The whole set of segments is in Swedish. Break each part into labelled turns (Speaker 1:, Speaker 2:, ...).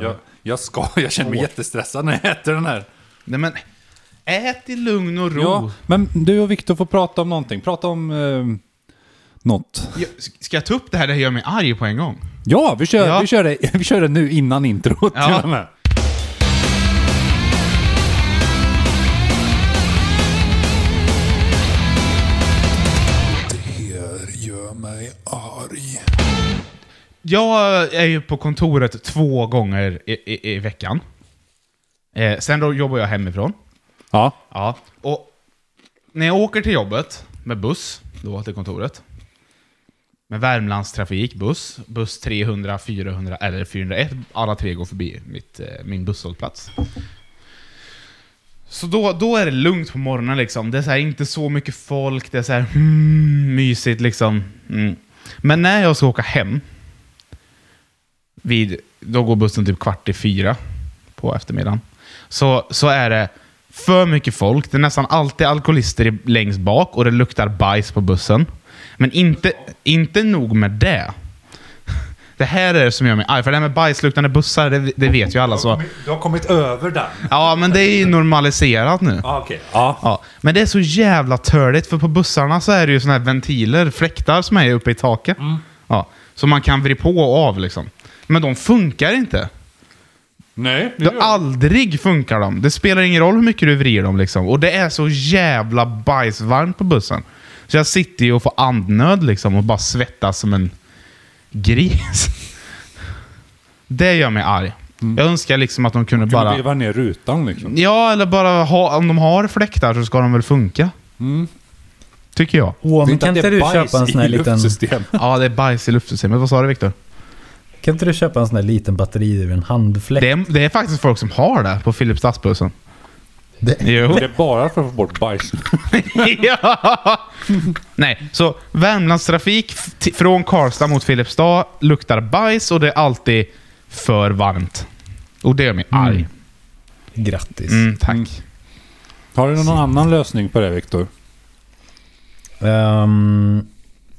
Speaker 1: Jag, jag ska, jag känner mig jättestressad när jag äter den här.
Speaker 2: Nej men, ät i lugn och ro.
Speaker 1: Ja, men du och Viktor får prata om någonting. Prata om eh, något.
Speaker 2: Jag, ska jag ta upp det här? Det här gör mig arg på en gång.
Speaker 1: Ja, vi kör,
Speaker 2: Ja.
Speaker 1: Vi, kör det, vi kör det nu innan introt.
Speaker 2: Ja.
Speaker 1: till den här.
Speaker 2: Jag är ju på kontoret två gånger i, i, i veckan. Eh, sen då jobbar jag hemifrån.
Speaker 1: Ja,
Speaker 2: Ja. Och när jag åker till jobbet med buss, då till kontoret. Med Värmlandstrafik, buss. Buss 300, 400 eller 401. Alla tre går förbi mitt, eh, min busshållplats. Så då, då är det lugnt på morgonen liksom. Det är så här, inte så mycket folk, det är så här mm, mysigt liksom. Mm. Men när jag ska åka hem, vid, då går bussen typ kvart i fyra på eftermiddagen. Så, så är det för mycket folk. Det är nästan alltid alkoholister i- längst bak och det luktar bajs på bussen. Men inte, inte nog med det. Det här är det som gör mig arg. För det här med bajsluktande bussar, det, det vet ju alla. Så.
Speaker 1: du har kommit över den.
Speaker 2: Ja, men det är ju normaliserat nu.
Speaker 1: Ja, okej. Ja.
Speaker 2: Ja, men det är så jävla törligt för på bussarna så är det ju såna här ventiler, fläktar som är uppe i taket.
Speaker 1: Mm.
Speaker 2: Ja, som man kan vrida på och av liksom. Men de funkar inte.
Speaker 1: Nej, det
Speaker 2: De,
Speaker 1: gör jag.
Speaker 2: aldrig funkar de. Det spelar ingen roll hur mycket du vrider dem liksom. Och det är så jävla bajsvarmt på bussen. Så jag sitter ju och får andnöd liksom och bara svettas som en gris. Det gör mig arg.
Speaker 1: Mm.
Speaker 2: Jag önskar liksom att de kunde
Speaker 1: Du bara...
Speaker 2: bara...
Speaker 1: vevar ner rutan liksom.
Speaker 2: Ja, eller bara ha, om de har fläktar så ska de väl funka. Tycker jag.
Speaker 3: Åh,
Speaker 1: Det är
Speaker 3: men kan
Speaker 1: att
Speaker 3: inte
Speaker 1: det är
Speaker 3: du
Speaker 1: bajs
Speaker 3: köpa en sån här
Speaker 1: i
Speaker 3: liten...
Speaker 1: luftsystem.
Speaker 2: Ja, det är bajs i luftsystemet. Vad sa du Viktor?
Speaker 3: Kan inte du köpa en sån här liten batteridriven handfläkt?
Speaker 2: Det, är- det är faktiskt folk som har det på Filipstadsbussen.
Speaker 3: Det-
Speaker 2: Jo.
Speaker 1: Det är bara för att få bort bajs.
Speaker 2: ja. Nej, så Värmlandstrafik f- t- från Karlstad mot Filipstad luktar bajs och det är alltid för varmt. Och det gör mig arg.
Speaker 3: Grattis.
Speaker 2: Mm, tack.
Speaker 1: Har du någon annan lösning på det, Viktor?
Speaker 3: Ehm,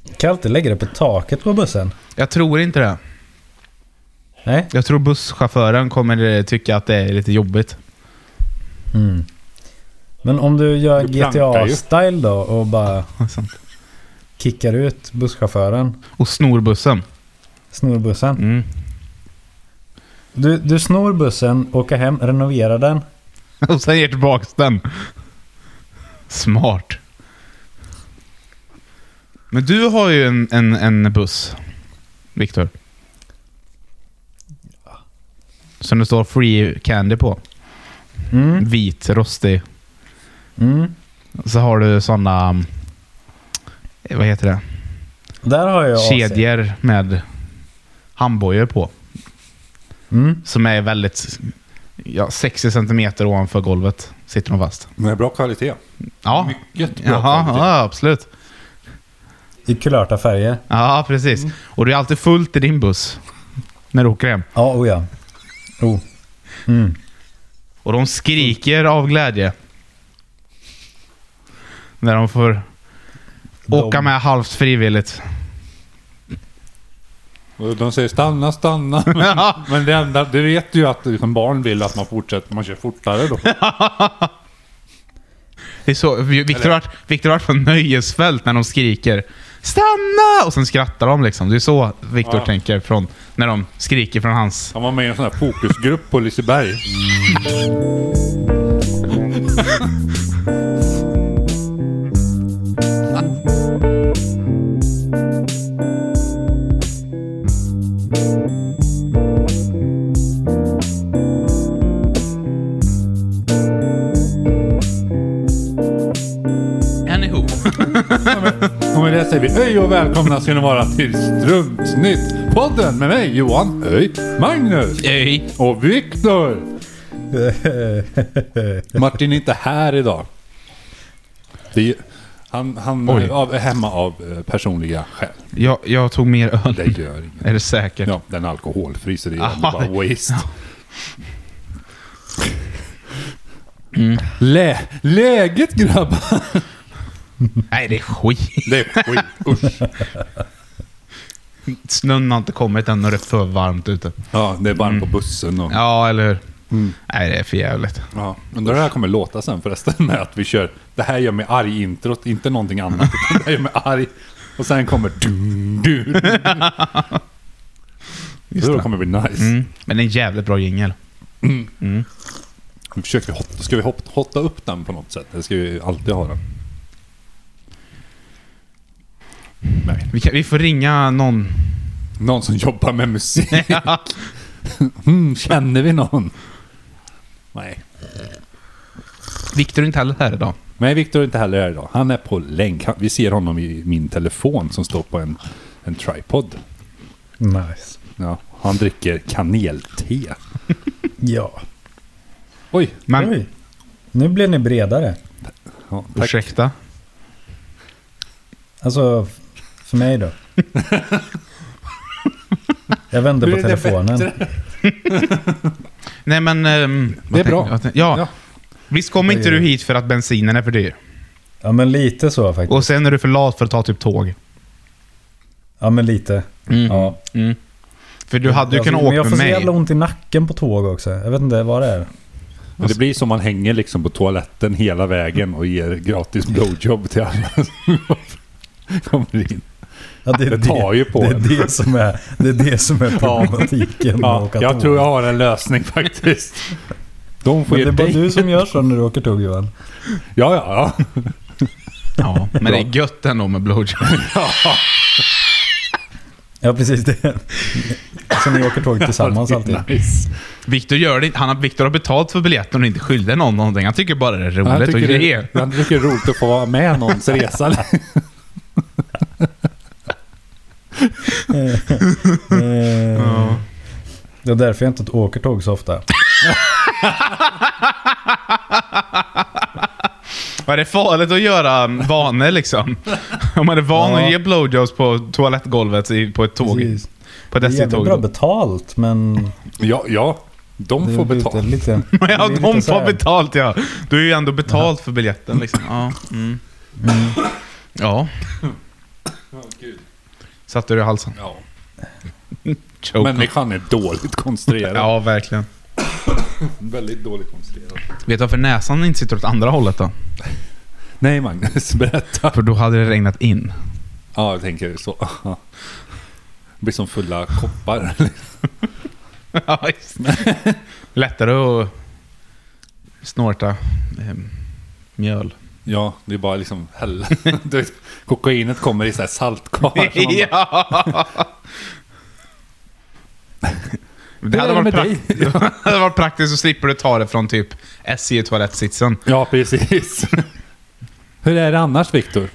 Speaker 3: kan jag alltid lägga det på taket på bussen?
Speaker 2: Jag tror inte det.
Speaker 3: Nej?
Speaker 2: Jag tror busschauffören kommer eh, tycka att det är lite jobbigt.
Speaker 3: Mm. Men om du gör
Speaker 1: Du plankar ju.
Speaker 3: GTA-style då och bara
Speaker 2: Sant.
Speaker 3: kickar ut busschauffören,
Speaker 2: Och snor bussen.
Speaker 3: snor bussen.
Speaker 2: Mm.
Speaker 3: Du, du snor bussen, åker hem, renoverar den.
Speaker 2: Och sen ger tillbaka den. Smart. Men du har ju en, en, en buss, Viktor. Som det står Free Candy på.
Speaker 3: Mm.
Speaker 2: Vit, rostig.
Speaker 3: Mm.
Speaker 2: Så har du sådana... Vad heter det?
Speaker 3: Där har jag AC.
Speaker 2: Kedjor med handbojor på.
Speaker 3: Mm.
Speaker 2: Som är väldigt... Ja, 60 centimeter ovanför golvet sitter de fast.
Speaker 1: Med bra kvalitet.
Speaker 2: Ja,
Speaker 1: Mycket bra
Speaker 2: Jaha,
Speaker 1: kvalitet.
Speaker 2: ja absolut.
Speaker 3: I kulörta färger.
Speaker 2: Ja, precis. Och det är alltid fullt i din buss när du åker hem.
Speaker 3: Ja, oh ja. Oh. Mm.
Speaker 2: Och de skriker av glädje. När de får
Speaker 3: De-
Speaker 2: åka med halvt frivilligt.
Speaker 1: Och De säger stanna, stanna.
Speaker 2: Ja.
Speaker 1: Men det enda, det vet ju att liksom barn vill att man fortsätter, man kör fortare då.
Speaker 2: Det är så, Victor har varit- Victor har varit på nöjesfält när de skriker “Stanna!” och sen skrattar de liksom. Det är så Victor
Speaker 1: Ja.
Speaker 2: tänker från, när de skriker från hans...
Speaker 1: Han var med i en sån här fokusgrupp på Liseberg.
Speaker 2: Anywho.
Speaker 1: Och med det säger vi hej och välkomna ska ni vara till Strumpsnytt! Podden med mig Johan, hej, Magnus
Speaker 2: Ej.
Speaker 1: och Viktor! Martin är inte här idag. Det är, ju- han han
Speaker 2: Oj.
Speaker 1: är av, är hemma av eh, personliga skäl.
Speaker 2: Jag, jag tog mer
Speaker 1: Det
Speaker 2: öl.
Speaker 1: gör inget.
Speaker 2: Är det säkert?
Speaker 1: Ja, den är alkoholfri så det är
Speaker 2: Aha,
Speaker 1: bara
Speaker 2: det-
Speaker 1: waste.
Speaker 2: Mm.
Speaker 1: Lä, läget grabbar!
Speaker 2: Nej, det är skit.
Speaker 1: Det är skit, usch.
Speaker 2: Snön har inte kommit än och det är för varmt ute.
Speaker 1: Ja, det är varmt på bussen och...
Speaker 2: Mm. Ja, eller hur?
Speaker 1: Mm.
Speaker 2: Nej, det är för jävligt.
Speaker 1: Ja, undrar hur det här kommer låta sen förresten med att vi kör Det här gör mig arg introt, inte någonting annat. Utan det här gör mig arg. Och sen kommer dun, dun.
Speaker 2: Just
Speaker 1: Då
Speaker 2: det.
Speaker 1: kommer det bli nice.
Speaker 2: Mm. Men det är en jävligt bra jingel.
Speaker 1: Nu försöker vi hot, ska vi hot, hotta upp den på något sätt? Eller ska vi alltid ha den? Nej.
Speaker 2: Vi, kan- vi får ringa någon.
Speaker 1: Någon som jobbar med musik? Mm, känner vi någon? Nej.
Speaker 2: Viktor är inte heller här idag.
Speaker 1: Nej, Viktor är inte heller här idag. Han är på länk. Han, vi ser honom i min telefon som står på en, en tripod.
Speaker 3: Nice.
Speaker 1: Ja, han dricker kanelte.
Speaker 3: Ja.
Speaker 1: Oj!
Speaker 2: Men,
Speaker 3: Oj. Nu blir ni bredare.
Speaker 1: Ja, tack.
Speaker 2: ursäkta.
Speaker 3: Alltså, f- för mig då. Jag vände
Speaker 1: Blir
Speaker 3: på
Speaker 1: det
Speaker 3: telefonen.
Speaker 1: bättre?
Speaker 2: Nej men... ehm,
Speaker 1: Det är
Speaker 2: vad
Speaker 1: bra.
Speaker 2: tänkte- vad tänkte- Ja.
Speaker 1: Ja.
Speaker 2: Visst kommer inte du hit för att bensinen är för dyr?
Speaker 3: Ja, men lite så faktiskt.
Speaker 2: Och sen är du för lat för att ta typ tåg?
Speaker 3: Ja, men lite.
Speaker 2: Mm.
Speaker 3: Ja.
Speaker 2: Mm. För du hade ju
Speaker 3: Alltså,
Speaker 2: kunnat
Speaker 3: men
Speaker 2: åka
Speaker 3: jag får
Speaker 2: med
Speaker 3: så jävla
Speaker 2: mig.
Speaker 3: ont i nacken på tåg också. Jag vet inte vad det är.
Speaker 1: Men det blir som man hänger liksom på toaletten hela vägen och ger gratis blowjob till alla som kommer in.
Speaker 3: Ja,
Speaker 1: Det tar ju på
Speaker 3: det,
Speaker 1: en.
Speaker 3: är det, som är, det är det som är problematiken med
Speaker 1: Ja,
Speaker 3: att åka
Speaker 1: jag
Speaker 3: tåg.
Speaker 1: tror jag har en lösning faktiskt. De får
Speaker 3: Men det
Speaker 1: ge
Speaker 3: är bara
Speaker 1: dig.
Speaker 3: du som gör så när du åker tåg Johan.
Speaker 1: Ja, ja, ja.
Speaker 2: Ja, men det är gött ändå med blowjob.
Speaker 3: Ja, precis. Det. Så ni åker tåg tillsammans
Speaker 1: Det är
Speaker 3: alltid.
Speaker 1: Nice.
Speaker 2: Viktor gör det inte. Han har, Viktor har betalt för biljetten och inte skyldig någon någonting. Han tycker bara det är
Speaker 1: Han
Speaker 2: roligt och
Speaker 1: tycker,
Speaker 2: grejer.
Speaker 1: det, han tycker det är roligt att få vara med någons resa.
Speaker 3: Eh, Det är därför jag inte åker tåg så ofta.
Speaker 2: Var det farligt att göra vanor liksom? Om man är van
Speaker 3: Ja.
Speaker 2: att ge blowjobs på toalettgolvet i- på ett tåg.
Speaker 3: Precis.
Speaker 2: På ett
Speaker 3: Det är jävligt
Speaker 2: SJ-tåg.
Speaker 3: bra betalt men...
Speaker 1: Ja, ja. De
Speaker 3: det
Speaker 1: får
Speaker 3: blir
Speaker 1: betala.
Speaker 3: Lite, det
Speaker 2: Ja,
Speaker 3: blir lite
Speaker 2: de
Speaker 3: så här.
Speaker 2: får betalt ja. Du har ju ändå betalt för biljetten liksom. Ja. Mm. ja. Satte du i halsen?
Speaker 1: Ja.
Speaker 2: Choke.
Speaker 1: Människan är dåligt konstruerad.
Speaker 2: ja, verkligen.
Speaker 1: Väldigt dåligt konstruerad.
Speaker 2: Vet du varför näsan inte sitter åt andra hållet då?
Speaker 1: Nej, Magnus. Berätta.
Speaker 2: För då hade det regnat in.
Speaker 1: Ja, jag tänker så. Det blir som fulla koppar.
Speaker 2: Ja, just det. Lättare att snorta ehm, mjöl.
Speaker 1: Ja, det är bara liksom hälla. Du vet, kokainet kommer i så här saltkar. som man bara-
Speaker 2: Ja. Det hade,
Speaker 1: är det med
Speaker 2: varit prakt- det hade varit praktiskt så slipper du ta det från typ SJ-toalettsitsen.
Speaker 1: Ja, precis. Hur är det annars, Viktor?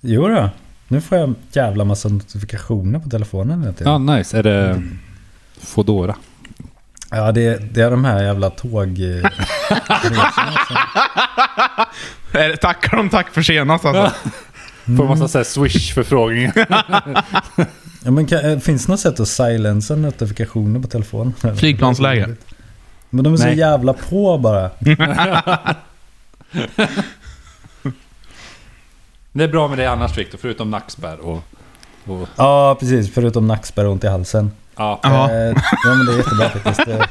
Speaker 3: Jo då. Nu får jag en jävla massa notifikationer på telefonen hela tiden.
Speaker 1: Ja, nice. Är det Foodora?
Speaker 3: Ja, det, det är de här jävla tåg... eh, resorna som-
Speaker 2: Eh, Tackar de tack för senast alltså.
Speaker 1: Får massa så här swish-förfrågningar.
Speaker 3: ja, men kan, eh, finns det något sätt att silensa notifikationer på telefonen? eller?
Speaker 2: Flygplansläge.
Speaker 3: Men de är så
Speaker 1: Nej.
Speaker 3: jävla på bara.
Speaker 1: Det är bra med det annars, Viktor, förutom nackspärr och... och
Speaker 3: Ja, precis. Förutom nackspärr och ont i halsen.
Speaker 1: ja.
Speaker 2: Ja.
Speaker 3: Eh, ja, men det är jättebra faktiskt. Eh,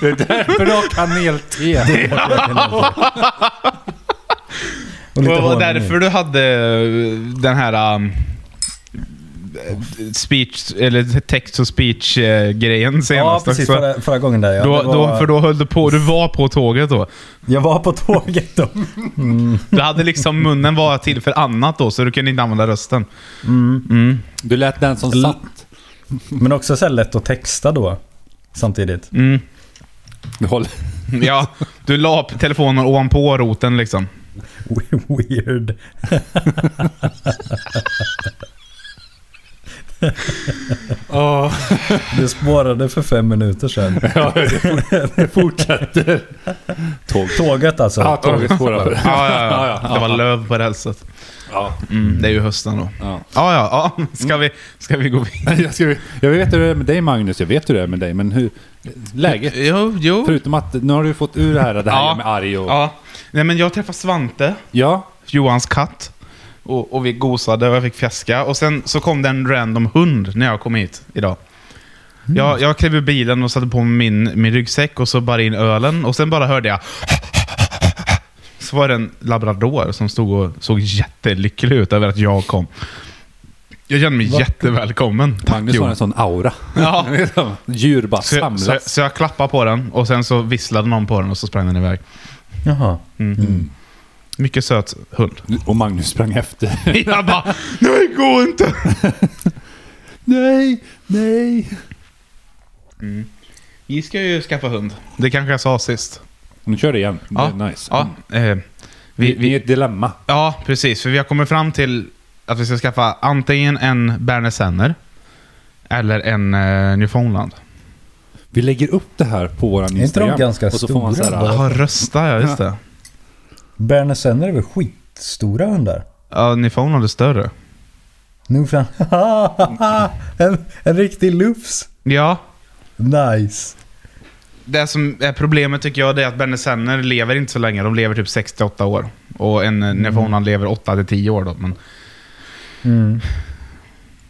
Speaker 3: Det,
Speaker 1: Det är därför du har kanelte.
Speaker 3: det är och
Speaker 2: Och
Speaker 3: lite
Speaker 2: det var
Speaker 3: honung i.
Speaker 2: därför du hade eh, den här um, eh, speech, eller text to speech eh, grejen
Speaker 3: Ja,
Speaker 2: senast
Speaker 3: precis.
Speaker 2: också.
Speaker 3: Förra, förra gången där ja.
Speaker 2: Då,
Speaker 3: Det var,
Speaker 2: då, för då höll du på, du var på tåget då.
Speaker 3: Jag var på tåget då.
Speaker 2: Du hade liksom munnen var till för annat då, så du kunde inte använda rösten. Mm.
Speaker 1: Du lät den som satt.
Speaker 3: Men också så här lätt att texta då. Samtidigt.
Speaker 2: Mm.
Speaker 1: Du håller...
Speaker 2: Ja, du la upp telefonen ovanpå roten liksom.
Speaker 3: We- Weird.
Speaker 1: Ja,
Speaker 3: Det spårade för fem minuter sedan.
Speaker 1: det fort- det fortsätter. Tåg.
Speaker 3: Tåget alltså.
Speaker 1: Ja, tåget spårar.
Speaker 2: Ja, ja, ja.
Speaker 1: Ja, ja.
Speaker 2: Det var löv på rälset.
Speaker 1: Ja.
Speaker 2: Mm, det är ju hösten då.
Speaker 1: Ja.
Speaker 2: Ja, ja, ja. Ska, vi, ska vi gå vidare?
Speaker 1: Jag, ska, jag vet hur det är med dig Magnus, jag vet hur det är med dig, men hur... Läget?
Speaker 2: Jo, jo.
Speaker 1: Förutom att nu har du fått ur det här, det här
Speaker 2: Ja.
Speaker 1: med arg och...
Speaker 2: Ja. Nej, men jag träffade Svante,
Speaker 1: Ja.
Speaker 2: Johans katt. Och, och vi gosade och jag fick fjäska. Och sen så kom det en random hund när jag kom hit idag.
Speaker 1: Mm.
Speaker 2: Jag, jag klev ur bilen och satte på mig min, min ryggsäck och så bara in ölen. Och sen bara hörde jag... Så var det en labrador som stod och såg jättelycklig ut över att jag kom. Jag kände mig jättevälkommen. Tack
Speaker 1: Magnus har
Speaker 2: Johan.
Speaker 1: en sån aura.
Speaker 2: Ja.
Speaker 1: Djur bara
Speaker 2: Så jag, så, jag,
Speaker 1: samlas.
Speaker 2: så jag klappade på den och sen så visslade någon på den och så sprang den iväg.
Speaker 3: Jaha.
Speaker 2: Mycket söt hund.
Speaker 1: Och Magnus sprang efter.
Speaker 2: Jag bara, nej gå inte!
Speaker 1: nej, nej.
Speaker 2: Vi ska ju skaffa hund. Det kanske jag sa sist.
Speaker 1: Nu kör det igen.
Speaker 2: Ja.
Speaker 1: Det är nice.
Speaker 2: Ja, eh,
Speaker 1: Vi, vi är
Speaker 2: vi,
Speaker 1: i
Speaker 2: vi,
Speaker 1: ett dilemma.
Speaker 2: ja, precis. För vi har kommit fram till att vi ska skaffa antingen en Berner Senner eller en eh, Newfoundland.
Speaker 1: Vi lägger upp det här på våran
Speaker 3: de
Speaker 1: Instagram.
Speaker 3: ganska
Speaker 1: och så får man
Speaker 3: stora?
Speaker 1: så här,
Speaker 2: Jaha, rösta ja. Just det.
Speaker 3: Berner Senner är väl skitstora hundar?
Speaker 2: Ja, Newfoundland är större.
Speaker 3: Nu fan. en, en riktig lufs.
Speaker 2: Ja,
Speaker 3: Nice.
Speaker 2: Det som är problemet tycker jag det är att Berner Senner lever inte så länge. De lever typ 68 år. Och en mm. Nefona lever 8-10 år då. Men,
Speaker 3: Mm.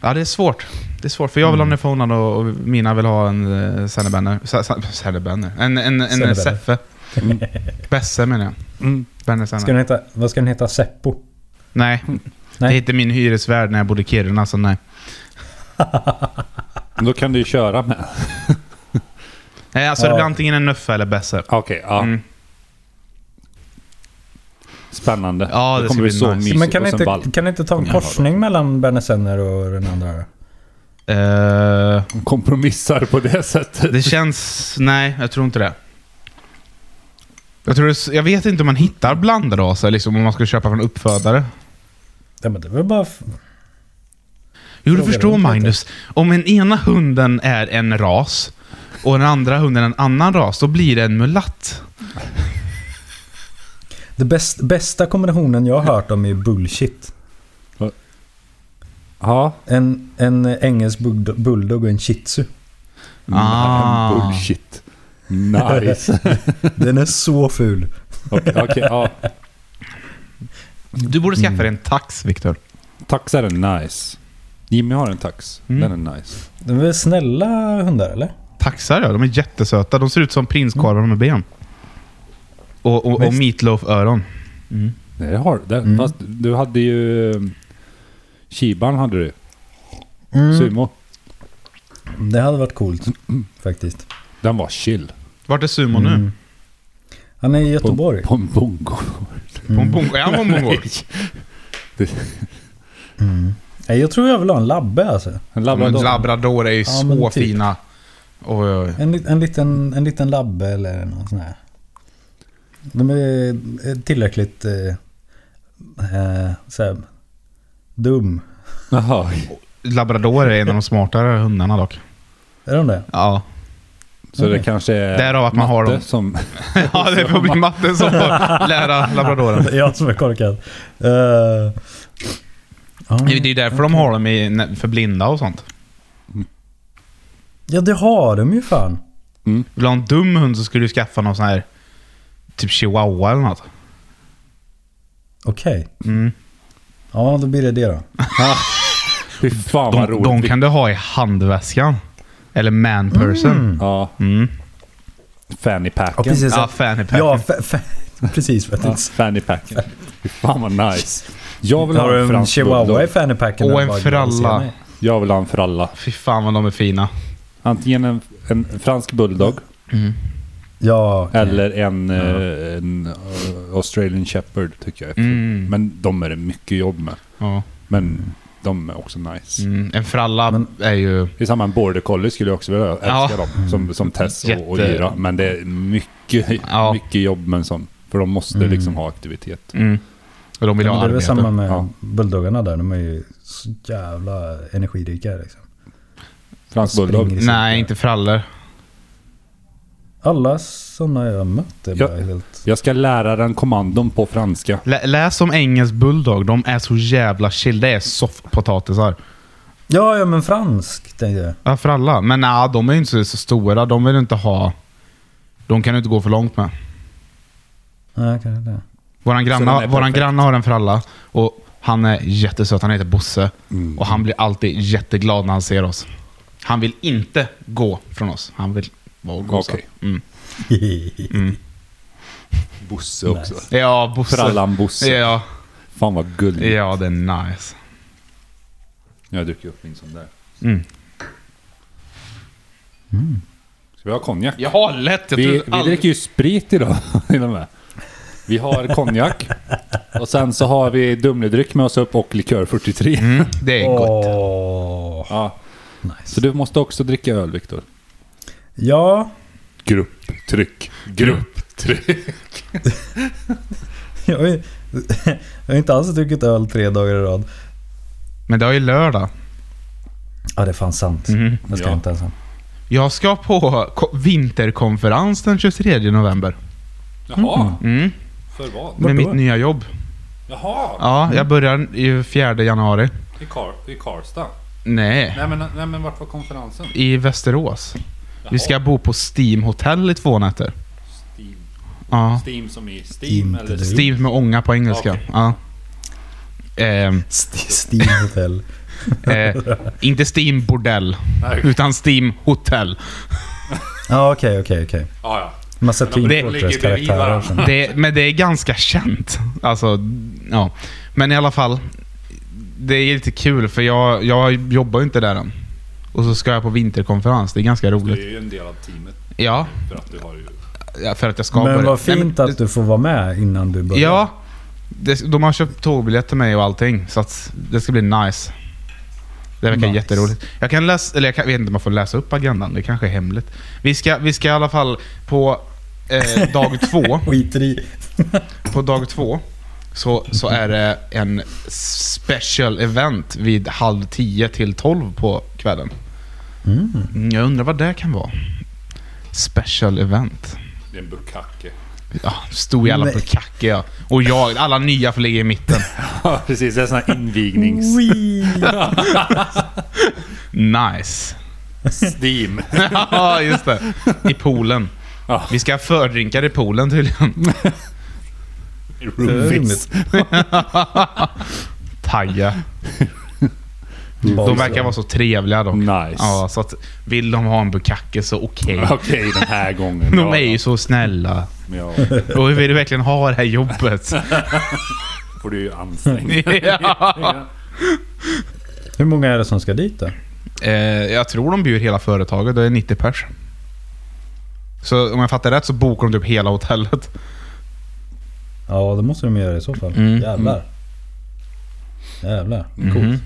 Speaker 2: ja, det är svårt. Det är svårt, för jag vill ha Nefona och, och mina vill ha en uh, Sennebenner. Se- se- Sennebenner? En, en, en,
Speaker 3: Sennebenner.
Speaker 2: en Seffe. Besse menar jag.
Speaker 1: Mm.
Speaker 2: Berner
Speaker 3: Ska
Speaker 2: Senner.
Speaker 3: den heta, vad ska den heta? Seppo?
Speaker 2: Nej.
Speaker 3: Nej.
Speaker 2: Det hette min hyresvärd när jag bodde i Kiruna, så nej.
Speaker 1: Då kan du ju köra med.
Speaker 2: nej alltså
Speaker 3: Ja.
Speaker 2: det blir antingen en Nuffe eller Besse.
Speaker 1: Ah, Okej, ja.
Speaker 2: Mm.
Speaker 1: Spännande.
Speaker 2: Ja,
Speaker 1: kommer
Speaker 2: det ska
Speaker 1: bli
Speaker 2: bli
Speaker 1: så
Speaker 2: nice.
Speaker 1: mysigt.
Speaker 3: Men kan
Speaker 1: och
Speaker 3: ni,
Speaker 1: sen
Speaker 3: inte,
Speaker 1: ballt.
Speaker 3: kan ni inte ta en korsning mellan Berner Senner och den andra?
Speaker 2: Eh,
Speaker 1: kompromissar på det sättet.
Speaker 2: Det känns... Nej, jag tror inte det. Jag, tror det, s- jag vet inte om man hittar blandraser, liksom, om man ska köpa från uppfödare.
Speaker 3: Ja, men det är väl bara... f-
Speaker 2: Jo, du
Speaker 3: Frågar
Speaker 2: förstår
Speaker 3: runt lite.
Speaker 2: Magnus. Om en ena hunden är en ras och den andra hunden en annan ras, då blir det en mulatt.
Speaker 3: Det bäst, bästa kombinationen jag har hört om är bullshit.
Speaker 1: Ja.
Speaker 3: En, en engelsk bulldog- bulldog och en shih tzu.
Speaker 1: Mm,
Speaker 2: Ah.
Speaker 1: Nej, Bullshit. Nice.
Speaker 3: Den är så ful.
Speaker 1: Okej, okej, ja.
Speaker 2: Du borde skaffa dig en tax, Viktor.
Speaker 1: Tax är en nice. Jimmy har en tax.
Speaker 2: Mm.
Speaker 1: Den är nice.
Speaker 3: De är väl snälla hundar eller?
Speaker 2: Taxar, ja. De är jättesöta. De ser ut som prinskorvar med ben. Och, och, och
Speaker 3: Visst.
Speaker 2: meatloaf-öron.
Speaker 1: Nej, det har det,
Speaker 3: Mm.
Speaker 1: Fast du hade ju... eh, Shiban hade du
Speaker 2: Mm.
Speaker 1: Sumo.
Speaker 3: Det hade varit coolt faktiskt. Mm.
Speaker 1: Den var chill.
Speaker 2: Vart är Sumo nu?
Speaker 3: Han är i
Speaker 1: På,
Speaker 3: Göteborg.
Speaker 1: på en bongo.
Speaker 2: På
Speaker 3: mm.
Speaker 2: en bongo. Är han på en bongo?
Speaker 3: Nej, jag tror jag vill ha en labbe alltså.
Speaker 1: En
Speaker 2: Men
Speaker 1: labrador.
Speaker 2: labrador är ju
Speaker 3: Ja, men
Speaker 2: så
Speaker 3: typ.
Speaker 2: fina. Oj, oj, oj.
Speaker 3: En, li- en, liten, en liten labbe eller någon sån här. De är är tillräckligt eh, eh, så här, dum.
Speaker 1: Jaha.
Speaker 2: Labrador är en av de smartare hundarna dock.
Speaker 3: Är de det?
Speaker 2: Ja.
Speaker 1: Så det kanske är...
Speaker 2: Därav att man har
Speaker 1: matte
Speaker 2: dem.
Speaker 1: Som,
Speaker 2: ja, det får bli matten som får lära labradoren.
Speaker 3: Det är jag som är korkad. Eh, ja.
Speaker 2: Det är ju därför de har dem i, för blinda och sånt.
Speaker 3: ja, det har de ju fan.
Speaker 2: Vill du ha en dum hund så skulle du skaffa någon sån här typ chihuahua eller något.
Speaker 3: Okej.
Speaker 2: Mm.
Speaker 3: Ja, då blir det det då.
Speaker 1: Ja. Fy fan vad
Speaker 2: De,
Speaker 1: roligt.
Speaker 2: de kan du ha i handväskan. Eller manperson. Mm.
Speaker 1: Ja, fanny
Speaker 3: Ja,
Speaker 1: packen.
Speaker 3: precis.
Speaker 2: Ja, fanny pack.
Speaker 3: Ja, fa- fa- precis. Vet
Speaker 1: Ja,
Speaker 3: inte.
Speaker 1: fanny packen. Fy fan vad nice. Jag vill
Speaker 3: Har
Speaker 1: ha
Speaker 3: du
Speaker 1: en
Speaker 3: en
Speaker 1: fransk
Speaker 3: chihuahua i
Speaker 1: bulldog.
Speaker 3: fannypacken?
Speaker 2: Och en fralla.
Speaker 1: Jag vill ha en för alla.
Speaker 2: Fy fan vad de är fina.
Speaker 1: Antingen en, en fransk bulldog
Speaker 3: Ja,
Speaker 1: eller en, eh, en eh, Australian shepherd tycker jag är ful.
Speaker 2: Mm.
Speaker 1: Men de är det mycket jobb med.
Speaker 2: Ja.
Speaker 3: Mm.
Speaker 1: Men de är också nice.
Speaker 2: Mm. En fralla
Speaker 3: Men-
Speaker 2: är ju...
Speaker 1: Det är samma en border collie skulle jag också vilja ha. Jag älskar dem som, som Tess och, och
Speaker 2: Jätte-
Speaker 1: Yra. Men det är mycket,
Speaker 2: Ja.
Speaker 1: mycket jobb med en sån. För de måste liksom ha aktivitet.
Speaker 2: Mm. Och de vill
Speaker 3: Ja,
Speaker 2: ha
Speaker 3: men det är väl
Speaker 2: arbete.
Speaker 3: samma med
Speaker 1: Ja.
Speaker 3: bulldoggarna där. De är ju så jävla energirika. Liksom.
Speaker 1: Fransk bulldog.
Speaker 3: Springer i cirklar.
Speaker 2: Nej, inte frallor.
Speaker 3: Alla sådana jag mött är
Speaker 1: Ja.
Speaker 3: bara helt...
Speaker 1: Jag ska lära den kommandon på franska.
Speaker 2: Lä, läs om engelsk bulldog. De är så jävla chill. Det är soffpotatisar.
Speaker 3: Ja, ja men fransk tänkte jag.
Speaker 2: Ja, för alla. Men nej, de är ju inte så, så stora. De vill inte ha... De kan du inte gå för långt med.
Speaker 3: Nej, kanske det.
Speaker 2: Våran
Speaker 1: Så de är
Speaker 2: granne,
Speaker 1: perfekt.
Speaker 2: våran granne har en för alla. Och Han är jättesöt. Han heter Bosse.
Speaker 1: Mm.
Speaker 2: Och han blir alltid jätteglad när han ser oss. Han vill inte gå från oss. Han vill vara och gosa.
Speaker 1: Okej.
Speaker 2: Mm.
Speaker 1: Bosse också.
Speaker 3: Nice.
Speaker 2: Ja, Bosse.
Speaker 1: Frallan Bosse.
Speaker 2: Ja,
Speaker 1: Fan vad gulligt.
Speaker 2: ja, det är nice.
Speaker 1: Jag dricker upp min sån där.
Speaker 2: Mm.
Speaker 1: Ska vi ha konjak?
Speaker 2: Ja, lätt. Jag
Speaker 1: Vi,
Speaker 2: tror
Speaker 1: vi
Speaker 2: aldrig-
Speaker 1: dricker ju sprit idag till och med. Vi har konjak. Och sen så har vi Dumledryck med oss upp och likör 43.
Speaker 2: mm, det är gott.
Speaker 3: Åh,
Speaker 1: Ja, så
Speaker 3: nice.
Speaker 1: du måste också dricka öl Viktor.
Speaker 3: Ja,
Speaker 1: Grupptryck. Grupptryck.
Speaker 3: jag har, ju, jag har inte alls druckit öl tre dagar i rad.
Speaker 2: Men det är ju lördag.
Speaker 3: Ja, det är fan sant.
Speaker 2: Mm.
Speaker 3: Jag
Speaker 1: Mhm.
Speaker 3: ska
Speaker 1: Ja.
Speaker 3: inte ens
Speaker 2: Jag ska på ko- vinterkonferens den 23 november.
Speaker 1: Jaha,
Speaker 2: Mm.
Speaker 1: för vad?
Speaker 2: Med
Speaker 3: då?
Speaker 2: mitt nya jobb.
Speaker 1: Jaha,
Speaker 2: Ja, jag börjar ju 4 januari.
Speaker 1: i, Kar- i Karlstad.
Speaker 2: Nej,
Speaker 1: Nej men, nej men vart var konferensen?
Speaker 2: i Västerås.
Speaker 1: Jaha.
Speaker 2: Vi ska bo på Steam Hotel i två nätter.
Speaker 1: Steam.
Speaker 2: Ja.
Speaker 1: Steam som i Steam
Speaker 3: Inte
Speaker 1: eller?
Speaker 3: det.
Speaker 2: Steam med ånga på engelska.
Speaker 1: Okej.
Speaker 2: Ja. Ehm,
Speaker 3: Steam Hotel.
Speaker 2: eh, inte Steam Bordell,
Speaker 1: Nej.
Speaker 2: utan Steam Hotel.
Speaker 3: Ja, okej, okej, okej.
Speaker 1: Ja, ja.
Speaker 3: Massa
Speaker 1: Men de
Speaker 3: Team
Speaker 2: ligger
Speaker 1: bredvid
Speaker 3: Fortress-karaktärer.
Speaker 1: varandra.
Speaker 3: och sånt.
Speaker 2: Det, men det är ganska känt. Alltså, ja. Men i alla fall, det är lite kul för jag, jag jobbar ju inte där än. Och så ska jag på vinterkonferens. Det är ganska
Speaker 1: Du är
Speaker 2: roligt.
Speaker 1: ju en del av teamet
Speaker 2: Ja,
Speaker 1: för att du har ju...
Speaker 2: ja, för att jag ska
Speaker 3: Men
Speaker 2: börja.
Speaker 3: vad
Speaker 2: Nej,
Speaker 3: fint
Speaker 2: men-
Speaker 3: att du får vara med innan du börjar.
Speaker 2: Ja, det, de har köpt tågbiljett till mig och allting. Så att det ska bli nice. Det verkar
Speaker 3: Nice.
Speaker 2: jätteroligt. Jag kan läsa, eller jag, kan, jag vet inte om man får läsa upp agendan. Det kanske är hemligt. Vi ska, vi ska i alla fall på eh, dag två.
Speaker 3: Skiter i.
Speaker 2: På dag två så, så är det en special event vid halv tio till tolv på kvällen.
Speaker 3: Mm.
Speaker 2: Mm, Jag undrar vad det kan vara. Special event.
Speaker 1: Det är en bukkake.
Speaker 2: Ja, stor jävla
Speaker 3: Nej.
Speaker 2: kacke ja. Och jag, alla nya får ligga i mitten.
Speaker 1: Ja, precis. Det är en sån här invignings...
Speaker 2: Nice. Mm.
Speaker 1: Steam.
Speaker 2: ja, just det. I poolen.
Speaker 1: Ja.
Speaker 2: Vi ska ha fördrinkar i poolen tydligen.
Speaker 1: Roofies.
Speaker 2: Tagga. De verkar vara så trevliga dock.
Speaker 1: Nice.
Speaker 2: Ja, så att vill de ha en bukacke så okej.
Speaker 1: Okej, den här gången.
Speaker 2: De är ju så snälla.
Speaker 1: Ja,
Speaker 2: Och vi vill verkligen ha det här jobbet.
Speaker 1: får du ju ansträngning.
Speaker 2: ja.
Speaker 3: Hur många är det som ska dit då?
Speaker 2: eh, jag tror de bjuder hela företaget. Det är 90 pers. Så om jag fattar rätt så bokar de typ hela hotellet.
Speaker 3: Ja, det måste de göra i så fall.
Speaker 2: Mm.
Speaker 3: Jävlar. Jävlar. Coolt.
Speaker 2: Mhm.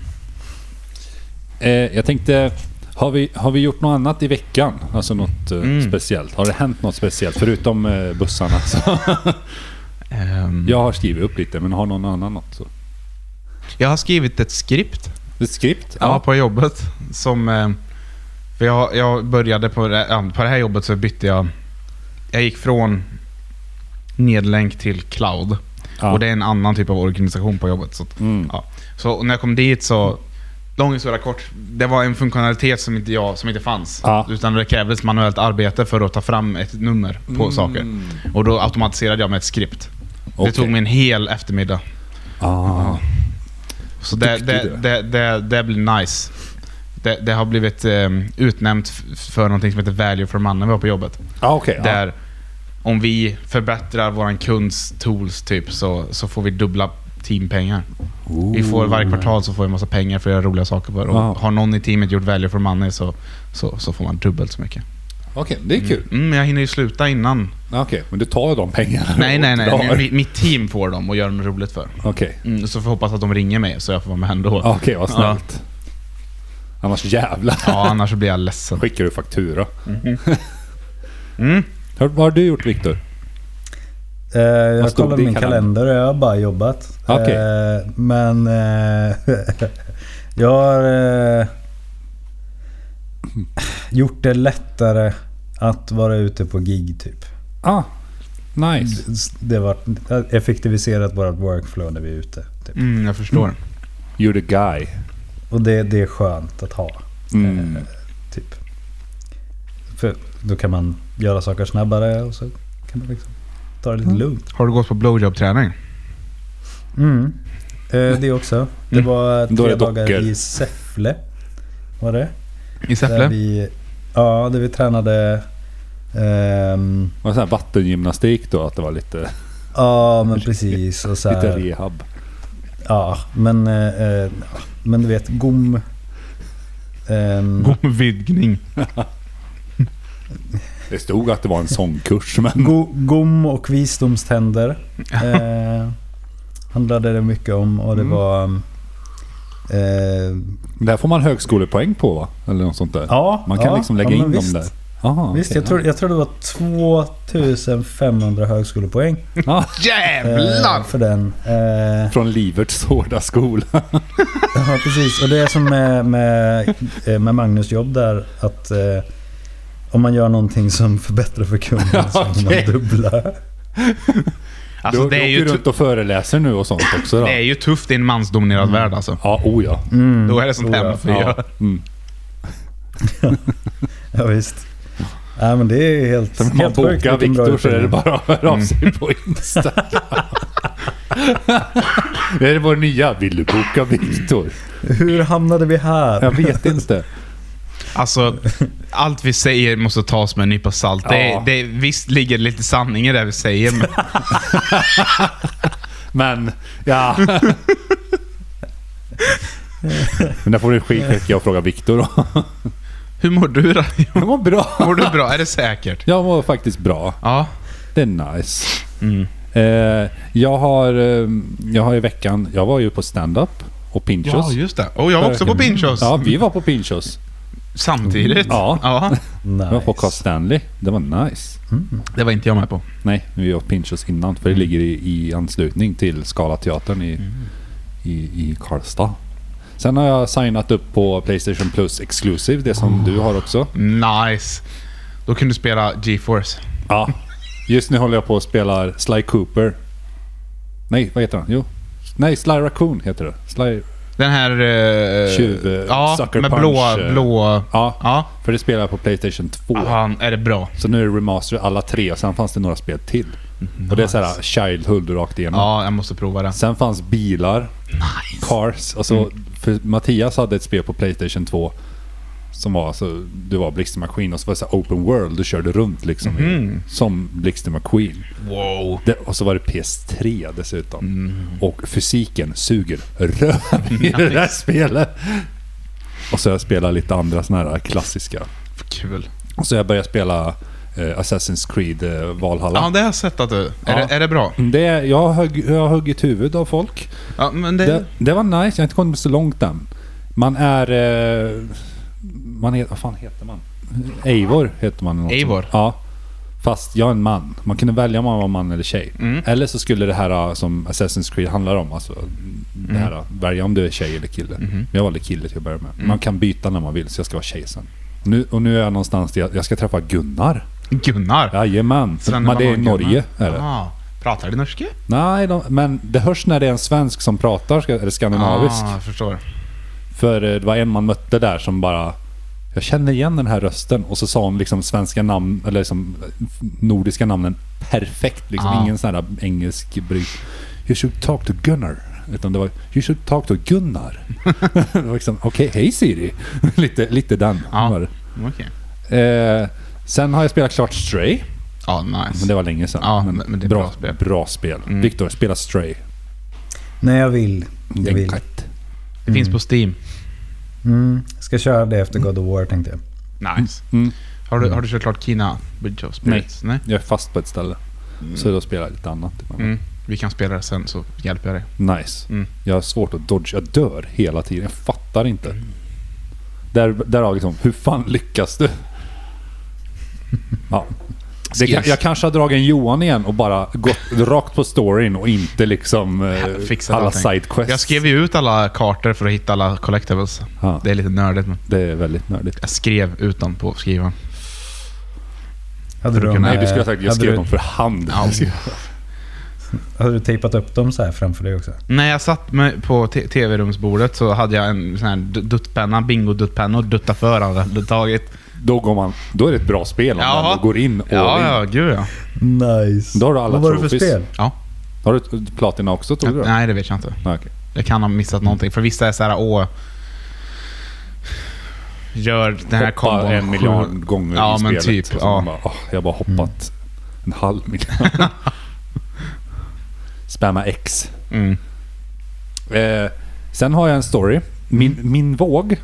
Speaker 1: Eh, jag tänkte, har vi, har vi gjort något annat i veckan? Alltså något eh,
Speaker 2: Mm.
Speaker 1: speciellt? Har det hänt något speciellt? Förutom eh, bussarna.
Speaker 2: Mm.
Speaker 1: Så.
Speaker 2: Ehm,
Speaker 1: Jag har skrivit upp lite, men har någon annan något? Så.
Speaker 2: Jag har skrivit ett skript.
Speaker 1: Ett skript?
Speaker 2: Ja, på jobbet. Som, eh, för jag, jag började på det, ja, på det här jobbet så bytte jag. Jag gick från nedlänk till cloud.
Speaker 1: Ja.
Speaker 2: Och det är en annan typ av organisation på jobbet. Så, att,
Speaker 1: Mm.
Speaker 2: ja. så när jag kom dit så, lång historia kort. Det var en funktionalitet som inte, jag, som inte fanns.
Speaker 1: Ja.
Speaker 2: Utan det krävdes manuellt arbete för att ta fram ett nummer på
Speaker 1: Mm.
Speaker 2: saker. Och då automatiserade jag med ett skript.
Speaker 1: Okej.
Speaker 2: Det tog mig en hel eftermiddag.
Speaker 1: Ah.
Speaker 2: Så det,
Speaker 1: Duktig
Speaker 2: det,
Speaker 1: du är.
Speaker 2: det, det, det blir nice. Det, det har blivit eh, utnämnt f- för någonting som heter value for money vi har på jobbet.
Speaker 1: Ah, okej. ja.
Speaker 2: Där om vi förbättrar våran kunds tools typ så, så får vi dubbla teampengar. Vi får varje kvartal så får vi massa pengar för att göra roliga saker för. Och
Speaker 1: Wow.
Speaker 2: har någon i teamet gjort value for money så, så, så får man dubbelt så mycket.
Speaker 1: Okej, det är kul. Ah,
Speaker 2: Mm, men jag hinner ju sluta innan.
Speaker 1: Okej, men du tar de pengarna.
Speaker 2: Mm. Nej,
Speaker 1: och
Speaker 2: nej, nej.
Speaker 1: drar.
Speaker 2: Mi- Mitt team får dem och gör dem roligt för.
Speaker 1: Okej, Ah,
Speaker 2: Mm, så får jag hoppas att de ringer mig så jag får vara med ändå.
Speaker 1: Okej, vad snällt. Annars jävlar.
Speaker 2: Ja, annars så blir jag ledsen.
Speaker 1: Skickar du faktura?
Speaker 2: Mm-hmm. Mm.
Speaker 1: Hör, vad har du gjort Viktor?
Speaker 3: Eh,
Speaker 1: Vad
Speaker 3: jag
Speaker 1: stod
Speaker 3: kollade
Speaker 1: det i
Speaker 3: min
Speaker 1: kalendern?
Speaker 3: kalender och jag har bara jobbat.
Speaker 1: Okej.
Speaker 3: Eh, men eh, jag har eh, gjort det lättare att vara ute på gig typ.
Speaker 1: Ah, nice.
Speaker 3: Det var effektiviserat vårt workflow när vi är ute. Typ.
Speaker 2: Mm, jag förstår. Mm.
Speaker 1: You're the guy.
Speaker 3: Och det, det är skönt att ha.
Speaker 2: Eh,
Speaker 1: Mm.
Speaker 3: Typ. För då kan man göra saker snabbare och så kan man liksom ta det lite lugnt.
Speaker 2: Har du gått på blowjob-träning?
Speaker 3: Mm. Eh, det också. Det
Speaker 2: Mm.
Speaker 3: var
Speaker 1: Då är
Speaker 3: tre
Speaker 1: det
Speaker 3: dagar
Speaker 1: dockor.
Speaker 3: i Säffle. Var det?
Speaker 2: I
Speaker 3: Där
Speaker 2: Säffle?
Speaker 3: vi, ja, där vi tränade... ehm,
Speaker 1: Var det sån här vattengymnastik då? Att det var lite,
Speaker 3: ja, men precis. Och så
Speaker 1: lite
Speaker 3: här,
Speaker 1: rehab?
Speaker 3: ja, men, eh, eh, men du vet, gom... ehm,
Speaker 2: Gomvidgning.
Speaker 1: Det stod att det var en sångkurs, men...
Speaker 3: Go- Gom och visdomständer eh, handlade det mycket om. Och det
Speaker 2: Mm.
Speaker 3: var... Eh,
Speaker 1: Där får man högskolepoäng på va? Eller något sånt där.
Speaker 3: ja,
Speaker 1: Man kan
Speaker 3: ja,
Speaker 1: liksom lägga
Speaker 3: ja, men
Speaker 1: in
Speaker 3: visst.
Speaker 1: dem där. Aha,
Speaker 3: Visst,
Speaker 1: okej.
Speaker 3: jag, tror, jag tror det var 2500 högskolepoäng
Speaker 1: Ja,
Speaker 2: Jävlar!
Speaker 3: eh, för den. Eh,
Speaker 1: från Liverts hårda skola.
Speaker 3: ja, precis. Och det är som med, med, eh, med Magnus jobb där att eh, om man gör någonting som förbättrar för kunden så får
Speaker 1: Okej.
Speaker 3: man dubbla.
Speaker 2: Alltså,
Speaker 1: du
Speaker 2: det,
Speaker 1: du åker
Speaker 2: är ju tu-
Speaker 1: runt och föreläser nu och sånt också då?
Speaker 2: det är ju tufft i en mansdominerad värld alltså.
Speaker 1: Ja, oh ja.
Speaker 3: Mm,
Speaker 2: Då är det sånt
Speaker 3: tror
Speaker 2: här
Speaker 3: jag.
Speaker 2: man får göra.
Speaker 1: Mm.
Speaker 3: Ja, visst. Ja, men det är helt,
Speaker 1: Sen man
Speaker 3: helt sjukt.
Speaker 1: bokar
Speaker 3: vilken bra
Speaker 1: Viktor så är det
Speaker 3: utbildning. Mm.
Speaker 1: bara att höra av sig på Insta. det är vår nya. Vill du boka Viktor?
Speaker 3: Hur hamnade vi här?
Speaker 1: Jag vet inte.
Speaker 2: Alltså, allt vi säger måste tas med en nypa salt. Det,
Speaker 1: Ja.
Speaker 2: det, visst ligger det lite sanning i det vi säger, men
Speaker 1: Men, ja. Men där får du skit när jag frågar Viktor då.
Speaker 2: hur mår du då?
Speaker 1: Det var bra.
Speaker 2: Mår du bra? Är det säkert?
Speaker 1: Jag var faktiskt bra.
Speaker 2: Ja.
Speaker 1: Det är nice.
Speaker 2: Mm.
Speaker 1: Eh, jag, har, eh, jag har i veckan, jag var ju på stand-up och Pinchos.
Speaker 2: Ja, just det. Och jag var också på Pinchos.
Speaker 1: Ja, vi var på Pinchos.
Speaker 2: Samtidigt.
Speaker 1: Ja.
Speaker 3: Nice.
Speaker 1: Jag var på Carl Stanley. Det var nice.
Speaker 2: Det var inte jag med på.
Speaker 1: Nej, vi var på Pinchos innan. För det ligger i, i anslutning till Skala teatern i, i, i Karlstad. Sen har jag signat upp på Playstation Plus Exclusive, det som du har också.
Speaker 2: Nice. Då kunde du spela GeForce.
Speaker 1: Ja. Just nu håller jag på och spelar Sly Cooper. Nej, vad heter han? Jo. Nej, Sly Raccoon heter det. Sly...
Speaker 2: Den här... Eh,
Speaker 1: Tjuv, eh,
Speaker 2: ja,
Speaker 1: Sucker
Speaker 2: med blå...
Speaker 1: Punch, eh.
Speaker 2: blå
Speaker 1: Ja,
Speaker 2: ja.
Speaker 1: för det spelar jag på Playstation 2.
Speaker 2: Fan, är det bra?
Speaker 1: Så nu är det remaster alla tre och sen fanns det några spel till. Och det är mm. såhär Childhood rakt igenom.
Speaker 2: Ja, jag måste prova den.
Speaker 1: Sen fanns bilar,
Speaker 2: Nice.
Speaker 1: Cars. Alltså, för Mattias hade ett spel på Playstation 2 som var alltså, du var Blixten McQueen och så var det så här open world. Du körde runt liksom i- som Blixten McQueen.
Speaker 2: Wow.
Speaker 1: Det, och så var det PS3 dessutom. Och fysiken suger röven i det där spelet. Och så har jag spelat lite andra såna här klassiska.
Speaker 2: Kul.
Speaker 1: Och så har jag börjat spela eh, Assassin's Creed eh, Valhalla.
Speaker 2: Ja, det har jag sett att du... Är,
Speaker 1: Ja.
Speaker 2: det, är det bra?
Speaker 1: Det, jag, har hugg, jag har huggit huvud av folk.
Speaker 2: Ja, men det...
Speaker 1: Det, det var nice, jag har inte kommit så långt än. Man är... Eh, man heter, vad fan heter man? Eivor heter man. eller något sånt.
Speaker 2: Eivor?
Speaker 1: Ja. Fast jag är en man. Man kunde välja om man var man eller tjej.
Speaker 2: Mm.
Speaker 1: Eller så skulle det här eh, som Assassin's Creed handlar om, alltså
Speaker 2: Mm.
Speaker 1: det här, eh, välja om du är tjej eller kille.
Speaker 2: Mm-hmm.
Speaker 1: Men jag valde kille till att börja med.
Speaker 2: Mm.
Speaker 1: Man kan byta när man vill, så jag ska vara tjej sen. Nu, och nu är jag någonstans där jag, jag ska träffa Gunnar.
Speaker 2: Gunnar.
Speaker 1: Jajamän.
Speaker 2: Så den
Speaker 1: Men det är i
Speaker 2: mamman
Speaker 1: Norge.
Speaker 2: Gunnar.
Speaker 1: Är det.
Speaker 2: Ah, pratar du norska?
Speaker 1: Nej, de, men det hörs när det är en svensk som pratar, ska- eller skandinavisk.
Speaker 2: Ah, jag förstår.
Speaker 1: För eh, det var en man mötte där som bara... Jag känner igen den här rösten. Och så sa hon liksom svenska namn, eller liksom nordiska namnen perfekt. Liksom
Speaker 2: Ah.
Speaker 1: ingen sån här engelsk bryt. You should talk to Gunnar. Utan det var You should talk to Gunnar. det var liksom, okej, hej Siri. lite, lite den.
Speaker 2: Ja.
Speaker 1: var det.
Speaker 2: Okej.
Speaker 1: Eh, sen har jag spelat klart Stray.
Speaker 2: Ja, nice.
Speaker 1: Men det var länge sedan.
Speaker 2: Ja, men det är bra spel. Mm.
Speaker 1: Bra spel. Viktor, spela Stray.
Speaker 3: Nej, jag vill.
Speaker 1: Det
Speaker 3: Jag
Speaker 1: är
Speaker 3: vill.
Speaker 1: katt.
Speaker 2: Det finns på Steam.
Speaker 3: Mm. Ska köra det efter God of War tänkte jag.
Speaker 2: Nice.
Speaker 1: Mm.
Speaker 2: Har, du, har du kört klart Kina Bridge of Spirits? Nej.
Speaker 1: Jag är fast på ett ställe. Så då spelar jag lite annat.
Speaker 2: Mm. Vi kan spela det sen så hjälper jag dig.
Speaker 1: Nice.
Speaker 2: Mm.
Speaker 1: Jag har svårt att dodge. Jag dör hela tiden. Jag fattar inte.
Speaker 2: Mm.
Speaker 1: Där, därav liksom, hur fan lyckas du? Ja. Det, kan-
Speaker 2: Skills.
Speaker 1: jag kanske har dragit en Johan igen och bara gått rakt på storyn och inte liksom eh,
Speaker 2: Fixat
Speaker 1: alla
Speaker 2: allting.
Speaker 1: sidequests.
Speaker 2: Jag skrev ju ut alla kartor för att hitta alla collectibles.
Speaker 1: Ja,
Speaker 2: Det är lite nördigt men
Speaker 1: det är väldigt nördigt.
Speaker 2: jag skrev utan på skrivaren.
Speaker 3: Hade du, dem,
Speaker 1: Nej, du
Speaker 3: eh,
Speaker 1: skulle ha sagt jag
Speaker 3: hade,
Speaker 1: skrev
Speaker 3: du,
Speaker 1: dem för hand.
Speaker 2: Ja.
Speaker 3: hade du tejpat upp dem så här framför dig också?
Speaker 2: När jag satt med på te- tv-rumsbordet så hade jag en sån här du- duttpenna, bingo-duttpenna och dutta för alla hade tagit.
Speaker 1: Då, går man, då är det ett bra spel om
Speaker 2: Jaha.
Speaker 1: man då går in och
Speaker 2: Ja,
Speaker 1: in.
Speaker 2: ja, gud ja.
Speaker 3: Nice.
Speaker 1: Då har du alla
Speaker 3: Vad var det för
Speaker 1: trophies.
Speaker 3: spel?
Speaker 2: ja.
Speaker 1: Har du Platina också tror du? det?
Speaker 2: Nej, det vet jag inte.
Speaker 1: Nej, okej.
Speaker 2: Jag kan ha missat någonting. För vissa är så här, åh... Gör den här kombon...
Speaker 1: Hoppa en
Speaker 2: sju-
Speaker 1: miljard gånger
Speaker 2: Ja,
Speaker 1: i
Speaker 2: men
Speaker 1: spelet.
Speaker 2: typ,
Speaker 1: Och så
Speaker 2: ja.
Speaker 1: man bara, "Åh, jag har bara hoppat en halv miljard. Spamma X.
Speaker 2: Mm.
Speaker 1: Eh, sen har jag en story. Min, min våg,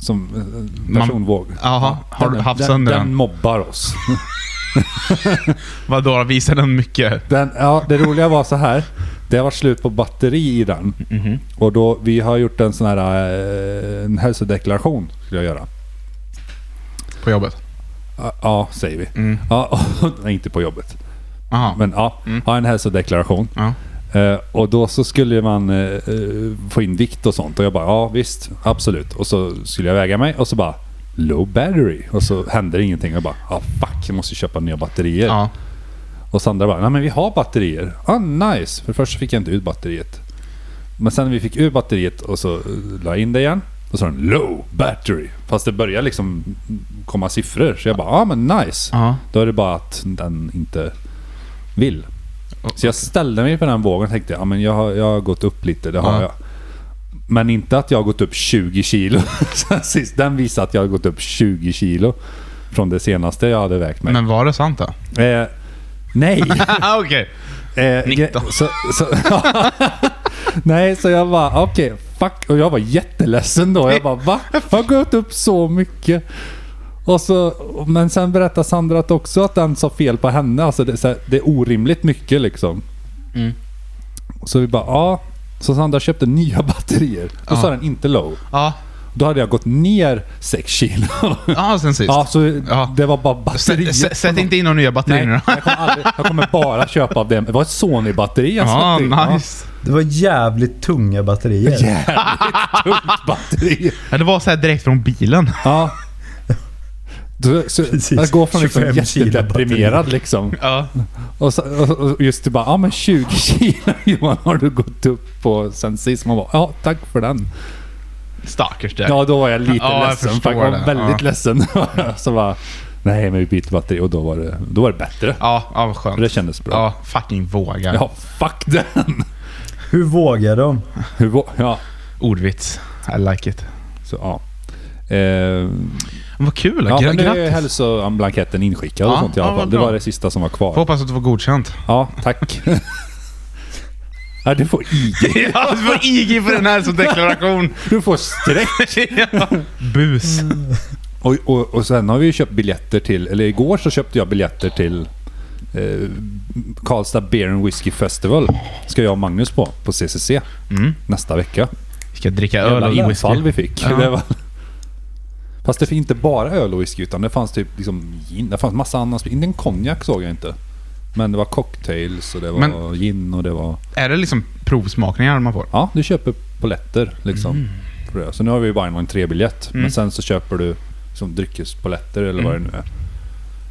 Speaker 1: som eh,
Speaker 2: Man-
Speaker 1: personvåg.
Speaker 2: Jaha, har du haft
Speaker 1: den,
Speaker 2: sönder
Speaker 1: den?
Speaker 2: den?
Speaker 1: mobbar oss.
Speaker 2: Vadå, visar den mycket?
Speaker 1: Den, ja, det roliga var så här. Det har varit slut på batteri i den.
Speaker 2: Mhm.
Speaker 1: Och då, vi har gjort en sån här eh, en hälsodeklaration. Skulle jag göra.
Speaker 2: På jobbet?
Speaker 1: Ja, Ja, säger vi.
Speaker 2: Mm.
Speaker 1: Ja, nej, inte på jobbet.
Speaker 2: Jaha.
Speaker 1: Men ja,
Speaker 2: Mm.
Speaker 1: ha en hälsodeklaration.
Speaker 2: Ja.
Speaker 1: Eh, och då så skulle man eh, eh, få in vikt och sånt. Och jag bara, ja visst, absolut. Och så skulle jag väga mig och så bara, low battery. Och så hände det ingenting. Jag bara, ja fuck, jag måste köpa nya batterier.
Speaker 2: ja.
Speaker 1: Och Sandra bara, nej men vi har batterier. Ah nice! För först så fick jag inte ut batteriet. Men sen när vi fick ur batteriet och så eh, la jag in det igen. Då sa den low battery. Fast det började liksom komma siffror. Så jag bara, ja ah, men nice.
Speaker 2: Ja.
Speaker 1: Då är det bara att den inte vill. Så jag ställde mig på den vågen och tänkte, ja men jag har, jag har gått upp lite, det har
Speaker 2: Ja.
Speaker 1: jag. Men inte att jag har gått upp 20 kilo. Sen sist, den visar att jag har gått upp 20 kilo. Från det senaste jag hade vägt mig.
Speaker 2: Men var det sant då?
Speaker 1: Eh, nej!
Speaker 2: Haha, Okej.
Speaker 1: Eh, gre-
Speaker 2: 19.
Speaker 1: Så, så, nej, så jag bara okej, fuck. Och jag var jätteledsen då. Jag bara va? Jag har gått upp så mycket. Och så, men sen berättar Sandra att också att den sa fel på henne. Alltså det, är så här, det är orimligt mycket liksom.
Speaker 2: Mm.
Speaker 1: Så vi bara ja. Så Sandra köpte nya batterier. Då sa
Speaker 2: Ja.
Speaker 1: den inte low.
Speaker 2: Ja.
Speaker 1: Då hade jag gått ner 6 kilo.
Speaker 2: ja, sen sist.
Speaker 1: ja, så
Speaker 2: Ja.
Speaker 1: det var bara
Speaker 2: Sätt,
Speaker 1: batterier.
Speaker 2: sätt- sätt inte in några nya batterier
Speaker 1: Nej,
Speaker 2: nu
Speaker 1: jag
Speaker 2: då.
Speaker 1: kommer, aldrig, jag kommer bara köpa av dem. Det var ett Sony-batteri jag
Speaker 2: Ja,
Speaker 1: satte in. Ja.
Speaker 2: nice.
Speaker 3: Det var jävligt tunga batterier.
Speaker 1: Jävligt tungt batteri.
Speaker 2: Ja, det var så här direkt från bilen.
Speaker 1: Ja. Du, så,
Speaker 3: Precis.
Speaker 1: jag går från liksom
Speaker 3: 25 kilo
Speaker 1: jättedeprimerad liksom.
Speaker 2: Ja.
Speaker 1: Och, så, och, och just det bara, ja men 20 kilo Johan har du gått upp på sen sist. Man bara, ja tack för den.
Speaker 2: Stackars där.
Speaker 1: Ja då var jag lite
Speaker 2: Ja, jag
Speaker 1: ledsen.
Speaker 2: förstår
Speaker 1: Jag, jag var
Speaker 2: det.
Speaker 1: väldigt
Speaker 2: Ja.
Speaker 1: ledsen. så bara, nej men vi byter batteri och då var det, då var det bättre.
Speaker 2: Ja, ja vad skönt.
Speaker 1: Det kändes bra.
Speaker 2: Ja, fucking vågar.
Speaker 1: Ja, fuck den.
Speaker 3: Hur vågar de?
Speaker 1: Hur, var- ja,
Speaker 2: Ordvits. I like it.
Speaker 1: så ja. Eh,
Speaker 2: Men Vad kul.
Speaker 1: Ja,
Speaker 2: gra-
Speaker 1: men nu är
Speaker 2: grattis.
Speaker 1: hälsoblanketten inskickad och
Speaker 2: Ja,
Speaker 1: sånt i alla
Speaker 2: ja,
Speaker 1: fall.
Speaker 2: vad
Speaker 1: Det
Speaker 2: bra.
Speaker 1: var det sista som var kvar.
Speaker 2: Får hoppas att du får godkänt.
Speaker 1: Ja, tack. ja, du får IG.
Speaker 2: Ja, du får IG för den här som deklaration.
Speaker 1: Du får streck.
Speaker 2: ja. Bus.
Speaker 1: Mm. Och, och, och sen har vi ju köpt biljetter till, eller igår så köpte jag biljetter till eh, Karlstad Beer and Whiskey Festival. Ska jag och Magnus på, på CCC
Speaker 2: Mm.
Speaker 1: nästa vecka.
Speaker 2: Vi ska dricka öl
Speaker 1: Jävla
Speaker 2: och
Speaker 1: infall
Speaker 2: whisky.
Speaker 1: vi fick.
Speaker 2: Ja.
Speaker 1: Det var, fast det fick inte bara öl och whisky utan det fanns typ liksom gin, det fanns massa annan Inte en konjak såg jag inte. Men det var cocktails och det var
Speaker 2: Men-
Speaker 1: gin och det var...
Speaker 2: Är det liksom provsmakningar man får?
Speaker 1: Ja, du köper poletter liksom.
Speaker 2: Mm.
Speaker 1: För det. Så nu har vi ju bara en tre-biljett. Men sen så köper du liksom, dryckespoletter eller vad det
Speaker 2: Mm.
Speaker 1: nu är.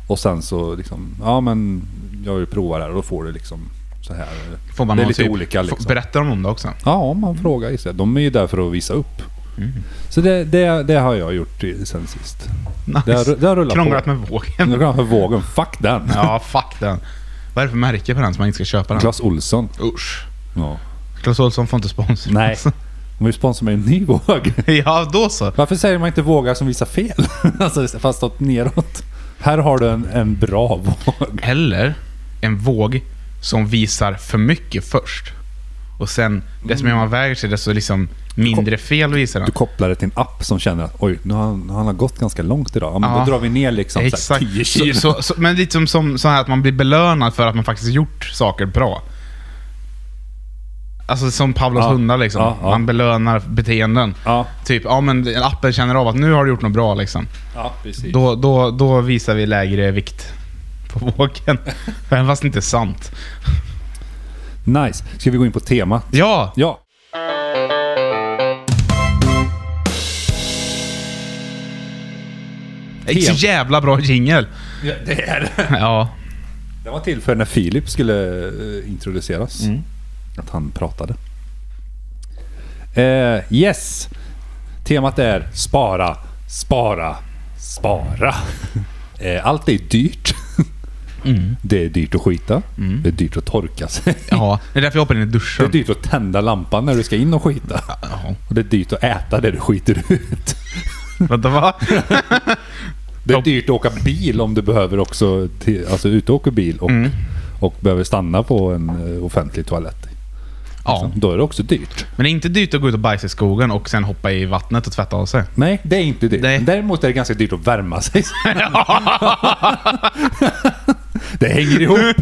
Speaker 1: Och sen så liksom, ja men jag vill prova det här och då får du liksom så här.
Speaker 2: Får man
Speaker 1: det är
Speaker 2: någon
Speaker 1: lite
Speaker 2: typ-
Speaker 1: olika
Speaker 2: får-
Speaker 1: liksom.
Speaker 2: Berättar de om det också?
Speaker 1: Ja, om
Speaker 2: Mm.
Speaker 1: man frågar gissar jag. De är ju där för att visa upp. Så det, det, det har jag gjort i- sen sist.
Speaker 2: Nice.
Speaker 1: Det har, det har rullat
Speaker 2: Krånglat
Speaker 1: på. Mm.
Speaker 2: med vågen.
Speaker 1: Nu går jag för vågen. Fuck den.
Speaker 2: Ja, fuck den. Vad är det för märke på den som man inte ska köpa den?
Speaker 1: Claes Olsson.
Speaker 2: Usch.
Speaker 1: Ja.
Speaker 2: Clas Ohlson får inte spons.
Speaker 1: Nej. De vill sponsra mig en ny våg.
Speaker 2: ja, då så.
Speaker 1: Varför säger man inte vågar som visar fel? alltså fast åt neråt. Här har du en, en bra våg.
Speaker 2: Eller en våg som visar för mycket först. Och sen, desto mer man väger sig, desto liksom mindre fel visar den.
Speaker 1: Du kopplar det till en app som känner att oj, nu har han, han har gått ganska långt idag. Ja, men
Speaker 2: Ja.
Speaker 1: då drar vi ner liksom så här
Speaker 2: Exakt.
Speaker 1: 10
Speaker 2: Så,
Speaker 1: kilo.
Speaker 2: så, så, men lite som, som så här att man blir belönad för att man faktiskt gjort saker bra. Alltså som Pavlos
Speaker 1: Ja.
Speaker 2: hundar liksom.
Speaker 1: Ja, ja.
Speaker 2: Man belönar beteenden.
Speaker 1: Ja.
Speaker 2: Typ, ja men appen känner av att nu har du gjort något bra liksom.
Speaker 1: Ja, precis.
Speaker 2: Då, då, då visar vi lägre vikt på vågen. Även fast det inte är sant.
Speaker 1: Nice. Ska vi gå in på tema?
Speaker 2: Ja!
Speaker 1: Ja.
Speaker 2: Det är så jävla bra jingel.
Speaker 1: Det är det.
Speaker 2: Ja.
Speaker 1: Den var till för när Filip skulle eh, introduceras. Att han pratade. Eh, yes. Temat är spara, spara, spara. Eh, allt är dyrt. Det är dyrt att skita. Det är dyrt att torka sig.
Speaker 2: Ja, det är typ- därför jag hoppar in i
Speaker 1: Det är
Speaker 2: duschen.
Speaker 1: dyrt att tända lampan när du ska in och skita.
Speaker 2: Jaha.
Speaker 1: Och det är dyrt att äta det du skiter ut.
Speaker 2: Vänta, va?
Speaker 1: Det är dyrt att åka bil om du behöver också, till, alltså ut och åka bil och, och behöver stanna på en eh, offentlig toalett.
Speaker 2: Ja.
Speaker 1: Liksom. Då är det också dyrt.
Speaker 2: Men det är inte dyrt att gå ut och bajsa i skogen och sen hoppa i vattnet och tvätta av sig.
Speaker 1: Nej, det är inte dyrt.
Speaker 2: Nej.
Speaker 1: Däremot är det ganska dyrt att värma sig. det hänger ihop.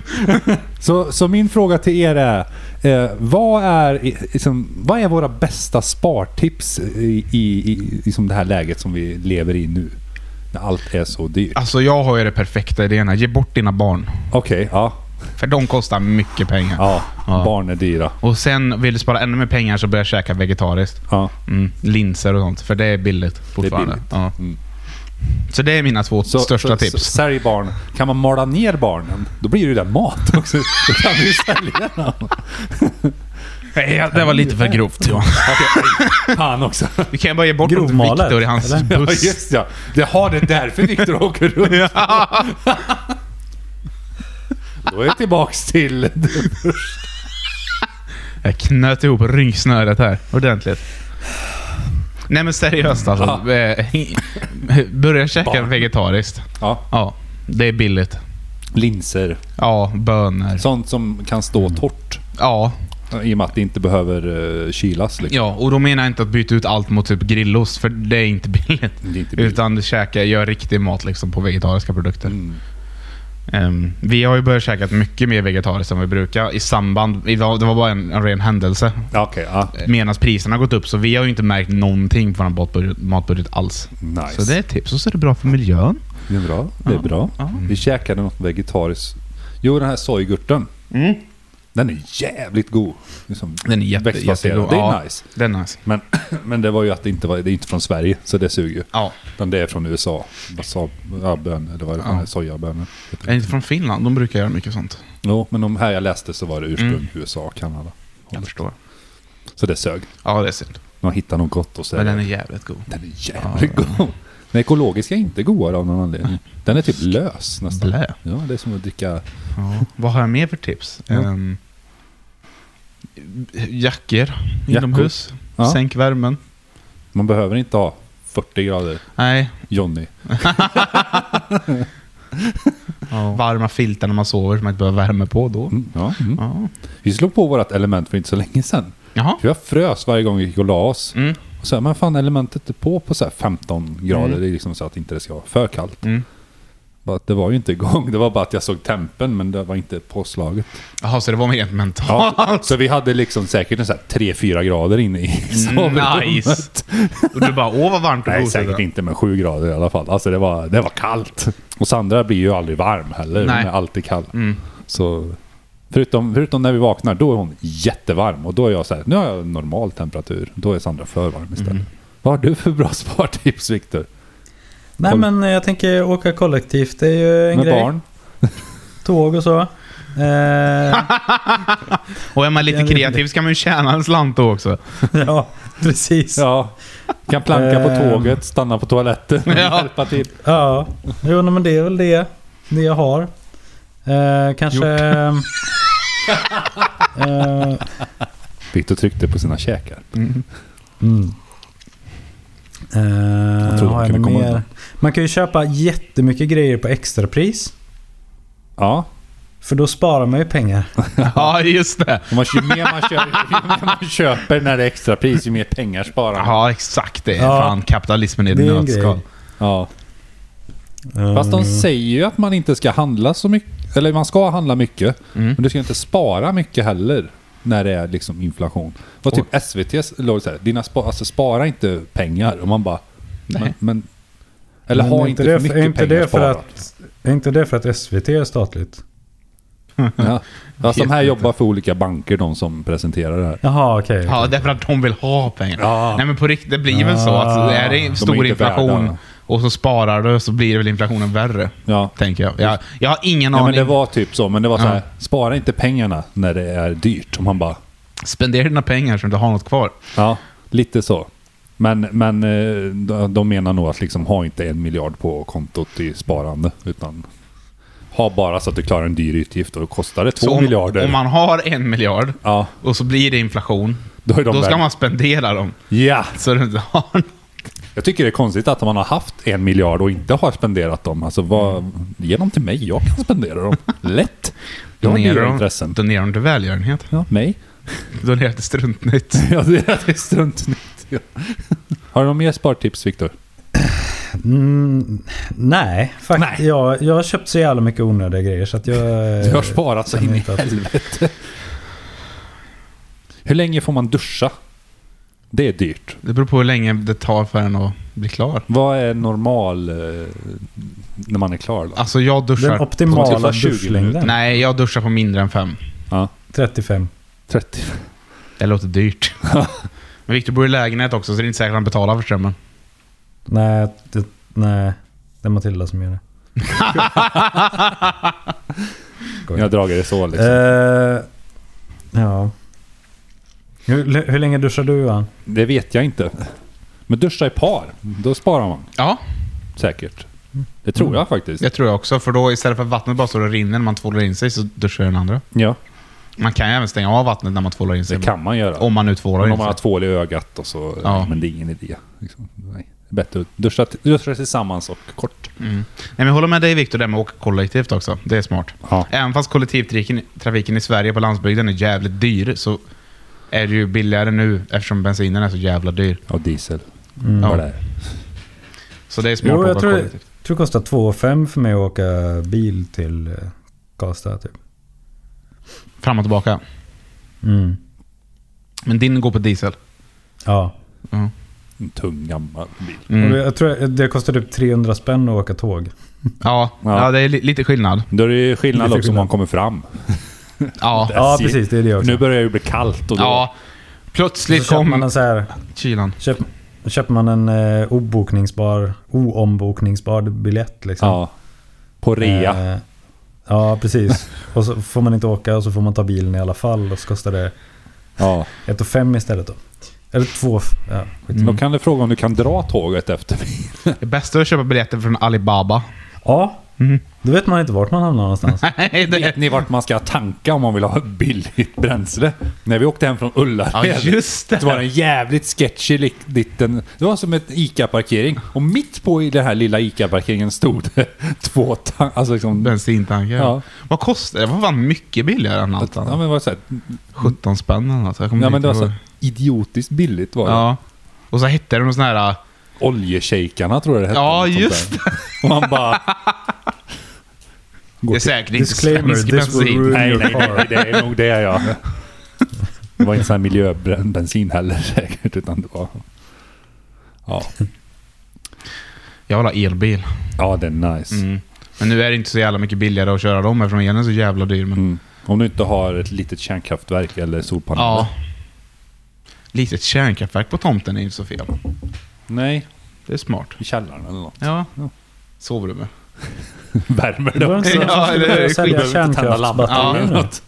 Speaker 1: så, så min fråga till er är, eh, vad, är i- liksom, vad är våra bästa spartips i, i, i liksom det här läget som vi lever i nu? När allt är så dyrt.
Speaker 2: Alltså jag har ju det perfekta idén här. Ge bort dina barn.
Speaker 1: Okej, ja,
Speaker 2: För de kostar mycket pengar.
Speaker 1: ja.
Speaker 2: Ja.
Speaker 1: Barn är dyra.
Speaker 2: Och sen vill du spara ännu mer pengar så börja käka vegetariskt.
Speaker 1: Ja.
Speaker 2: Mm, linser och sånt. För det är billigt fortfarande.
Speaker 1: billigt.
Speaker 2: Ja.
Speaker 1: Mm.
Speaker 2: Så det är mina två
Speaker 1: Så- så, Så,
Speaker 2: största tips.
Speaker 1: sälj barn. Kan man mala ner barnen, då blir det ju där mat också. Då kan vi ju sälja dem.
Speaker 2: Nej, ja, det var lite för grovt Johan.
Speaker 1: Okej, Fan också.
Speaker 2: Vi kan ju bara ge bort åt
Speaker 3: Grovmalet,
Speaker 2: Viktor i hans
Speaker 3: eller?
Speaker 1: Ja,
Speaker 2: buss.
Speaker 1: just ja. Det har det är därför Viktor åker runt. Då är jag tillbaks till...
Speaker 2: Jag knöt ihop ryggsnöret här ordentligt. Nej men seriöst alltså. Eh, Börja käka
Speaker 1: Barn.
Speaker 2: vegetariskt.
Speaker 1: Ja,
Speaker 2: Ja, det är billigt.
Speaker 1: linser.
Speaker 2: Ja, bönor.
Speaker 1: Sånt som kan stå torrt. eh,
Speaker 2: Ja,
Speaker 1: I och med att det inte behöver eh, kylas. Liksom.
Speaker 2: ja, och då menar jag inte att byta ut allt mot typ grillost, för det är inte billigt.
Speaker 1: Det är inte billigt.
Speaker 2: Utan käka, gör riktig mat liksom på vegetariska produkter.
Speaker 1: Mm.
Speaker 2: Ehm, vi har ju börjat käka mycket mer vegetariskt än vi brukar i samband... i- Det var bara en, en ren händelse.
Speaker 1: Ja, Okej, ja.
Speaker 2: Medan priserna har gått upp, så vi har ju inte märkt någonting på vår matbudget, matbudget alls.
Speaker 1: Nice.
Speaker 2: Så det är ett tips. Och så är det bra för miljön.
Speaker 1: Det är bra. Det är bra.
Speaker 2: Ja.
Speaker 1: Vi käkade något vegetariskt. Jo, den här sojgurten. Den är jävligt god. Liksom
Speaker 2: Den är jätte,
Speaker 1: växtbaserad.
Speaker 2: jättegod.
Speaker 1: Det Mm. är
Speaker 2: ja,
Speaker 1: nice.
Speaker 2: Det är nice.
Speaker 1: Men, men det var ju att det inte var... Det är inte från Sverige, så det suger ju.
Speaker 2: Ja.
Speaker 1: Utan det är från USA. Basa, ja, bönor, eller vad är det?
Speaker 2: Ja.
Speaker 1: Sojabönor.
Speaker 2: Är inte från Finland? De brukar göra mycket sånt.
Speaker 1: Jo, men de här jag läste så var det ursprung
Speaker 2: Mm.
Speaker 1: USA och Kanada.
Speaker 2: Jag förstår.
Speaker 1: Så det sög.
Speaker 2: Ja, det är synd.
Speaker 1: Man hittar något gott och så är
Speaker 2: Men den är
Speaker 1: det-
Speaker 2: jävligt god.
Speaker 1: den är jävligt god. Den ekologiska är inte godare av någon anledning. Den är typ lös nästan.
Speaker 2: Mm. Blä.
Speaker 1: Ja, det är som att dricka...
Speaker 2: Ja. Vad har jag mer för tips?
Speaker 1: Ja.
Speaker 2: Ehm, jackor inomhus.
Speaker 1: Ja.
Speaker 2: Sänk värmen.
Speaker 1: Man behöver inte ha 40 grader,
Speaker 2: Nej.
Speaker 1: Johnny.
Speaker 2: Varma filtar när man sover så man inte behöver värme på då.
Speaker 1: Mm, ja, mm.
Speaker 2: Ja.
Speaker 1: Vi slog på vårt element för inte så länge sedan.
Speaker 2: Jaha.
Speaker 1: För jag frös varje gång vi gick och la oss.
Speaker 2: Mm.
Speaker 1: Och så här, men fan elementet är på på så här 15 grader. Det är liksom så att inte det ska vara för kallt.
Speaker 2: Mm.
Speaker 1: Bara att Det var ju inte igång. Det var bara att jag såg tempen men det var inte påslaget.
Speaker 2: Jaha, så det var mer mentalt.
Speaker 1: Ja, så vi hade liksom säkert en så här 3-4 grader inne i sovrummet.
Speaker 2: Mm. Nice. Och du bara, åh vad varmt och
Speaker 1: Nej,
Speaker 2: gosigt det
Speaker 1: säkert
Speaker 2: var."
Speaker 1: inte, men 7 grader i alla fall. Alltså det var, det var kallt. Och Sandra blir ju aldrig varm heller.
Speaker 2: Nej.
Speaker 1: Hon är alltid kall.
Speaker 2: Mm.
Speaker 1: Så, förutom, förutom när vi vaknar, då är hon jättevarm. Och då är jag så här, nu har jag normal temperatur. Då är Sandra för varm istället.
Speaker 2: Mm.
Speaker 1: Vad har du för bra spartips Viktor?
Speaker 3: Nej
Speaker 1: Koll-
Speaker 3: men jag tänker åka kollektivt. Det är ju en
Speaker 1: Med
Speaker 3: grej.
Speaker 1: barn?
Speaker 3: Tåg och så. Eh,
Speaker 2: Och är man
Speaker 3: Jag
Speaker 2: lite
Speaker 3: vet inte.
Speaker 2: kreativ ska man ju tjäna en slant då också.
Speaker 3: ja, precis. Ja.
Speaker 1: Ja. Kan planka på
Speaker 3: Ehm.
Speaker 1: tåget, stanna på toaletten,
Speaker 2: Ja.
Speaker 1: hjälpa till.
Speaker 3: Jo, nej, men det är väl det. Det jag har. Eh, kanske... eh,
Speaker 1: Viktor tryckte på sina käkar.
Speaker 3: Mm. Eh,
Speaker 1: Jag trodde
Speaker 3: har
Speaker 1: man
Speaker 3: jag
Speaker 1: kunde
Speaker 3: något
Speaker 1: komma
Speaker 3: mer?
Speaker 1: undan.
Speaker 3: Man kan ju köpa jättemycket grejer på extrapris.
Speaker 1: Ja,
Speaker 3: För då sparar man ju pengar.
Speaker 2: Ja, just det.
Speaker 1: Och man, ju, mer man köper, ju mer man köper när det är extrapris, ju mer pengar sparar man.
Speaker 2: Ja, exakt det. är
Speaker 3: Ja.
Speaker 2: Fan, kapitalismen i ett
Speaker 3: Det är en
Speaker 2: nötskal.
Speaker 1: Ja.
Speaker 3: Eh,
Speaker 1: Fast de säger ju att man inte ska handla så mycket. Eller man ska handla mycket.
Speaker 2: Mm.
Speaker 1: Men du ska inte spara mycket heller. När det är liksom inflation. Och typ SVT låg så här, dina spa, alltså spara inte pengar. Och man bara... Men, men, eller
Speaker 3: men
Speaker 1: ha
Speaker 3: är
Speaker 1: inte för mycket
Speaker 3: är inte
Speaker 1: pengar
Speaker 3: det för
Speaker 1: sparat.
Speaker 3: att, Är inte det för att SVT är statligt?
Speaker 1: Ja. Ja, som
Speaker 2: Vet
Speaker 1: här
Speaker 2: inte.
Speaker 1: jobbar för olika banker, de som presenterar det här.
Speaker 3: Jaha, okej. okej.
Speaker 2: Ja, därför att de vill ha pengar.
Speaker 1: Ja.
Speaker 2: Nej men på riktigt, det blir väl så att är
Speaker 1: De är
Speaker 2: det stor
Speaker 1: inte
Speaker 2: inflation
Speaker 1: värda.
Speaker 2: och så sparar du så blir det väl inflationen värre.
Speaker 1: Ja.
Speaker 2: Tänker jag. Jag, jag har ingen
Speaker 1: Ja, men
Speaker 2: aning.
Speaker 1: det var typ så. Men det var så här,
Speaker 2: Ja.
Speaker 1: spara inte pengarna när det är dyrt. Och man bara...
Speaker 2: Spendera dina pengar så du inte har något kvar.
Speaker 1: Ja, lite så. Men, men eh, de- de menar nog att liksom ha inte en miljard på kontot i sparande, utan Ha bara så att du klarar en dyr utgift och då kostar det två
Speaker 2: Så om,
Speaker 1: miljarder.
Speaker 2: Om man har en miljard
Speaker 1: Ja,
Speaker 2: och så blir det inflation,
Speaker 1: då är de
Speaker 2: då ska
Speaker 1: värda-
Speaker 2: man spendera dem.
Speaker 1: Ja!
Speaker 2: Så du inte har någon.
Speaker 1: Jag tycker det är konstigt att man har haft en miljard och inte har spenderat dem. Alltså, vad,
Speaker 2: Mm.
Speaker 1: ge dem till mig. Jag kan spendera dem. Lätt! Jag har
Speaker 2: Donera
Speaker 1: dyra
Speaker 2: dem-
Speaker 1: intressen.
Speaker 2: Donera dem till välgörenhet.
Speaker 1: Ja, mig?
Speaker 2: Donera till Struntnytt.
Speaker 1: Ja, det är- det är struntnytt. Ja. Har du några mer spartips, Viktor?
Speaker 3: Mm, nej, faktiskt.
Speaker 1: Nej.
Speaker 3: Jag, jag har köpt så jävla mycket onödiga grejer så att jag...
Speaker 1: Du
Speaker 2: Eh,
Speaker 1: har sparat så
Speaker 3: jag
Speaker 1: in i
Speaker 3: vet inte.
Speaker 1: helvete. Hur länge får man duscha? Det är dyrt.
Speaker 2: Det beror på hur länge det tar för en att bli klar.
Speaker 1: Vad är normal eh, när man är klar? Då?
Speaker 2: Alltså jag duschar...
Speaker 3: eh, Den optimala
Speaker 1: Som typ 20 minuter.
Speaker 3: duschlängden.
Speaker 2: Nej, jag duschar på mindre än fem.
Speaker 1: Ja,
Speaker 3: 35.
Speaker 1: 30.
Speaker 2: Det låter dyrt. Men Victor bor i lägenhet också, så det är inte säkert att han betalar för strömmen.
Speaker 3: Nej, det, nej, det är Matilda som gör det.
Speaker 1: Jag har dragit det så liksom.
Speaker 3: Eh, ja. Hur, hur länge duschar du Johan?
Speaker 1: Det vet jag inte. Men duscha i par, då sparar man
Speaker 2: Ja,
Speaker 1: säkert. Det tror jag faktiskt.
Speaker 2: det tror Mm. jag också. För då istället för att vattnet bara står och rinner när man tvålar in sig, så duschar den andra.
Speaker 1: Ja,
Speaker 2: Man kan ju även stänga av vattnet när man tvålar in sig.
Speaker 1: det kan man göra.
Speaker 2: Om man nu tvålar
Speaker 1: Men
Speaker 2: in
Speaker 1: om man har
Speaker 2: sig.
Speaker 1: tvål i ögat och så.
Speaker 2: Ja.
Speaker 1: Men det är ingen idé. Liksom. Nej. Det är Bättre att duscha, t- duscha tillsammans och kort.
Speaker 2: Mm. Nej, men jag håller med dig Victor, det här med att åka kollektivt också. Det är smart.
Speaker 1: Ja.
Speaker 2: Även fast kollektivtrafiken trafiken i Sverige på landsbygden är jävligt dyr, så är det ju billigare nu eftersom bensinen är så jävla dyr.
Speaker 1: Och diesel.
Speaker 3: Mm.
Speaker 1: Vad
Speaker 2: Ja.
Speaker 1: det är.
Speaker 2: Så det är
Speaker 3: Jo,
Speaker 2: smart
Speaker 3: jag
Speaker 2: att åka
Speaker 3: tror-
Speaker 2: kollektivt.
Speaker 3: Jag tror det kostar 2,5 för mig att åka bil till eh, Karlstad typ.
Speaker 2: Fram och tillbaka.
Speaker 3: Mm.
Speaker 2: Men din går på diesel.
Speaker 3: Ja.
Speaker 2: Ja.
Speaker 1: En tung gammal bil.
Speaker 2: Mm.
Speaker 3: Och Jag tror det kostar typ 300 spänn att åka tåg.
Speaker 2: Ja,
Speaker 1: Ja.
Speaker 2: ja. det är li- lite skillnad.
Speaker 1: Då är det ju skillnad
Speaker 3: Lite
Speaker 1: också om
Speaker 3: skillnad.
Speaker 1: man kommer fram.
Speaker 2: Ja.
Speaker 3: Ja,
Speaker 1: SJ.
Speaker 3: precis. Det är det också.
Speaker 1: Nu börjar det ju bli kallt och då...
Speaker 2: ja.
Speaker 3: så
Speaker 2: Plötsligt
Speaker 3: köper man
Speaker 2: kom
Speaker 3: en så här,
Speaker 2: kylan.
Speaker 3: köp, köper man en eh, obokningsbar, oombokningsbar biljett liksom.
Speaker 1: Ja. På rea.
Speaker 3: Eh, ja, precis. och så får man inte åka och så får man ta bilen i alla fall och så kostar det
Speaker 1: Ja.
Speaker 3: 1 och 5 istället då. Eller 2 ja, skit.
Speaker 1: Då kan du fråga om du kan dra tåget efter mig.
Speaker 2: Det bästa är att köpa biljetter från Alibaba.
Speaker 3: ja,
Speaker 2: Mm.
Speaker 3: då vet man inte vart man hamnar någonstans.
Speaker 2: Nej,
Speaker 1: Vet
Speaker 2: det...
Speaker 1: ni vart man ska tanka om man vill ha billigt bränsle? När vi åkte hem från
Speaker 2: Ja,
Speaker 1: Ullared.
Speaker 2: just det.
Speaker 1: Så var det en jävligt sketchy lik- liten... Det var som ett ICA-parkering. Och mitt på i den här lilla ICA-parkeringen stod det två tankar. Alltså liksom...
Speaker 2: Bensintanke.
Speaker 1: Ja.
Speaker 2: Ja. Vad kostar det? Det var fan mycket billigare än allt
Speaker 1: Ja
Speaker 2: annat.
Speaker 1: men, var så här,
Speaker 2: 17 spänn eller något. Jag kommer
Speaker 1: ja,
Speaker 2: inte
Speaker 1: men det var
Speaker 2: ihåg.
Speaker 1: så här idiotiskt billigt var det.
Speaker 2: Ja. Och så hittade de någon sån här... äh,
Speaker 1: Oljeshejkarna tror jag det hette.
Speaker 2: Ja,
Speaker 1: något sånt
Speaker 2: just
Speaker 1: där. Och man bara... Går
Speaker 2: Det är
Speaker 1: till-
Speaker 2: säkert inte
Speaker 3: Disclaimer,
Speaker 2: svensk
Speaker 3: this will
Speaker 2: bensin.
Speaker 3: ruin
Speaker 1: Nej,
Speaker 3: your
Speaker 1: nej, nej,
Speaker 3: car.
Speaker 1: det är nog det jag... Det var inte sån här miljöbensin heller säkert, utan det var... Ja,
Speaker 2: Jag vill ha elbil.
Speaker 1: ja det är nice.
Speaker 2: Mm. Men nu är det inte så jävla mycket billigare att köra dem eftersom elen är så jävla dyr. Men...
Speaker 1: Mm. Om du inte har ett litet kärnkraftverk eller solpaneler.
Speaker 2: Ja. Litet kärnkraftverk på tomten är inte så fel.
Speaker 1: Nej,
Speaker 2: Det är smart.
Speaker 1: i källaren eller något.
Speaker 2: Ja.
Speaker 1: Ja.
Speaker 2: Sovrummet.
Speaker 1: Värmer
Speaker 3: Det var
Speaker 1: det.
Speaker 3: inte så att
Speaker 2: Ja,
Speaker 3: de skulle
Speaker 2: eller skit,
Speaker 3: börja
Speaker 2: Mm.
Speaker 1: Du
Speaker 2: det är
Speaker 3: sälja
Speaker 1: behöver inte tända lampan eller
Speaker 2: Ja.
Speaker 3: kärnkraftsbatterier nu?
Speaker 1: något.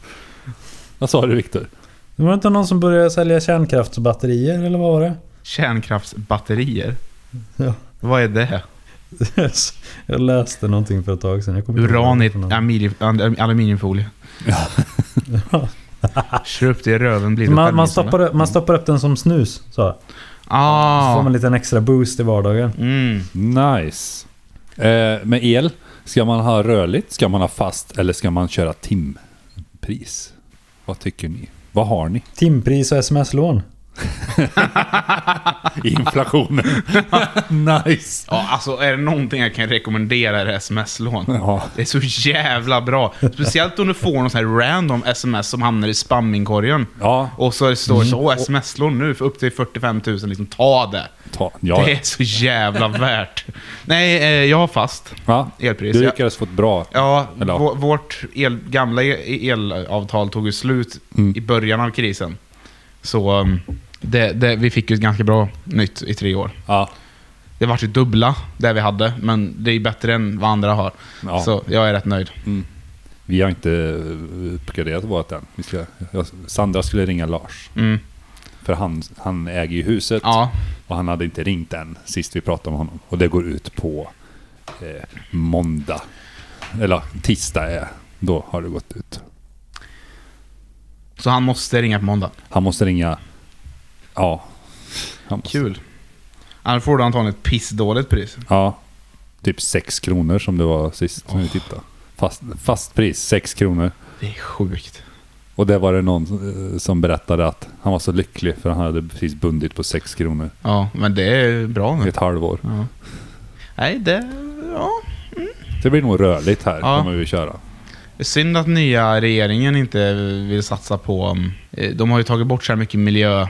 Speaker 1: Vad sa du Viktor?
Speaker 3: Det var inte någon som började sälja kärnkraftsbatterier eller vad var det?
Speaker 2: Kärnkraftsbatterier.
Speaker 3: Ja.
Speaker 2: Vad är det?
Speaker 3: jag läste någonting för ett tag sedan. Jag kommer inte
Speaker 2: Uran
Speaker 3: ihåg
Speaker 2: i
Speaker 3: vad det var för
Speaker 2: ett aluminium- al- aluminiumfolie. Kör upp det typ i röven blir
Speaker 3: någonting.
Speaker 2: du
Speaker 3: man, man,
Speaker 2: självmisshandlad.
Speaker 3: stoppar, man stoppar upp den som snus. Så. så får man en
Speaker 2: Ah.
Speaker 3: liten extra boost i vardagen.
Speaker 2: Mm.
Speaker 1: Nice. Eh, med el, ska man ha rörligt, ska man ha fast eller ska man köra timpris? Vad tycker ni? Vad har ni?
Speaker 3: Timpris och sms-lån.
Speaker 1: Inflationen. nice.
Speaker 2: Ja, alltså är det någonting jag kan rekommendera är det sms-lån.
Speaker 1: Ja.
Speaker 2: Det är så jävla bra. Speciellt om du får någon sån här random sms som hamnar i spammingkorgen.
Speaker 1: Ja,
Speaker 2: Och så står det så,
Speaker 3: Mm.
Speaker 2: "Åh, sms-lån nu för upp till 45 000, liksom ta det.
Speaker 1: ta, ja.
Speaker 2: Det är så jävla värt. Nej, eh, jag har fast.
Speaker 1: ja.
Speaker 2: Elpris,
Speaker 1: Du
Speaker 2: ja.
Speaker 1: lyckades få ett bra...
Speaker 2: Ja,
Speaker 1: Eller ja.
Speaker 2: vå- vårt el, gamla e- elavtal tog ju slut
Speaker 1: Mm.
Speaker 2: i början av krisen. Så um, det, det, vi fick ju ett ganska bra nytt i tre år.
Speaker 1: Ja.
Speaker 2: Det vart ju dubbla det vi hade, men det är ju bättre än vad andra har.
Speaker 1: Ja.
Speaker 2: Så jag är rätt nöjd.
Speaker 1: Vi har inte eh, uppgraderat vårt än. Vi ska, jag, Sandra skulle ringa Lars.
Speaker 2: Mm.
Speaker 1: För han, han äger ju huset
Speaker 2: Ja,
Speaker 1: och han hade inte ringt än sist vi pratade med honom. Och det går ut på eh, måndag. Eller tisdag är, då har det gått ut.
Speaker 2: Så han måste ringa på måndag.
Speaker 1: Han måste ringa... Ja. Han måste,
Speaker 2: Kul. Annars får du antagligen ett pissdåligt pris.
Speaker 1: Ja. Typ 6 kronor som det var sist när vi tittade. Fast, fast pris, 6 kronor.
Speaker 2: Det är sjukt.
Speaker 1: Och där var det någon eh, som berättade att han var så lycklig för han hade precis bundit på 6 kronor
Speaker 2: Ja, men det är bra
Speaker 1: i
Speaker 2: nu.
Speaker 1: ett halvår.
Speaker 2: Ja. Nej, det... Ja.
Speaker 1: Det blir nog rörligt här,
Speaker 2: Ja.
Speaker 1: kommer vi köra.
Speaker 2: Det är Synd att nya regeringen inte vill satsa på... um, eh, De har ju tagit bort så här mycket miljö...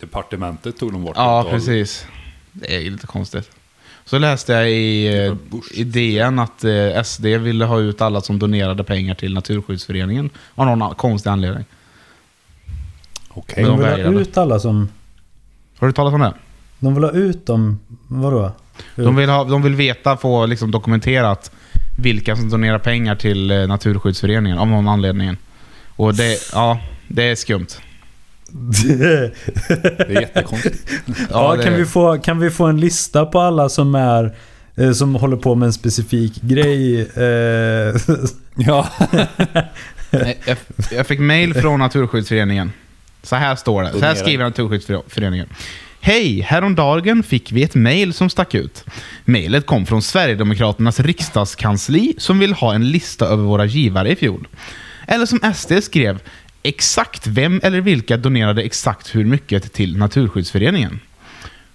Speaker 1: Departementet tog de bort.
Speaker 2: Ja,
Speaker 1: helt och hållet.
Speaker 2: precis. Det är ju lite konstigt. Så läste jag i, eh, i DN att eh, SD ville ha ut alla som donerade pengar till Naturskyddsföreningen av någon a- konstig anledning.
Speaker 1: Okej.
Speaker 3: De
Speaker 2: de
Speaker 3: vill ha
Speaker 2: vägrade.
Speaker 3: ut alla som...
Speaker 2: Har du talat om det?
Speaker 3: De vill ha ut dem... Vadå?
Speaker 2: De vill, ha, de vill veta, få liksom dokumenterat vilka som donerar pengar till eh, Naturskyddsföreningen av någon anledning. Och det, ja, det är skumt.
Speaker 1: Det är jättekonstigt.
Speaker 3: Ja,
Speaker 2: det-
Speaker 3: kan, vi få, kan vi få en lista på alla som är eh, som håller på med en specifik grej? Eh,
Speaker 1: ja.
Speaker 2: Nej, jag, jag fick mail från Naturskyddsföreningen. Så här står det. Så här skriver Naturskyddsföreningen. Hej! Häromdagen fick vi ett mail som stack ut. Mailet kom från Sverigedemokraternas riksdagskansli som vill ha en lista över våra givare i fjol. Eller som SD skrev, exakt vem eller vilka donerade exakt hur mycket till Naturskyddsföreningen.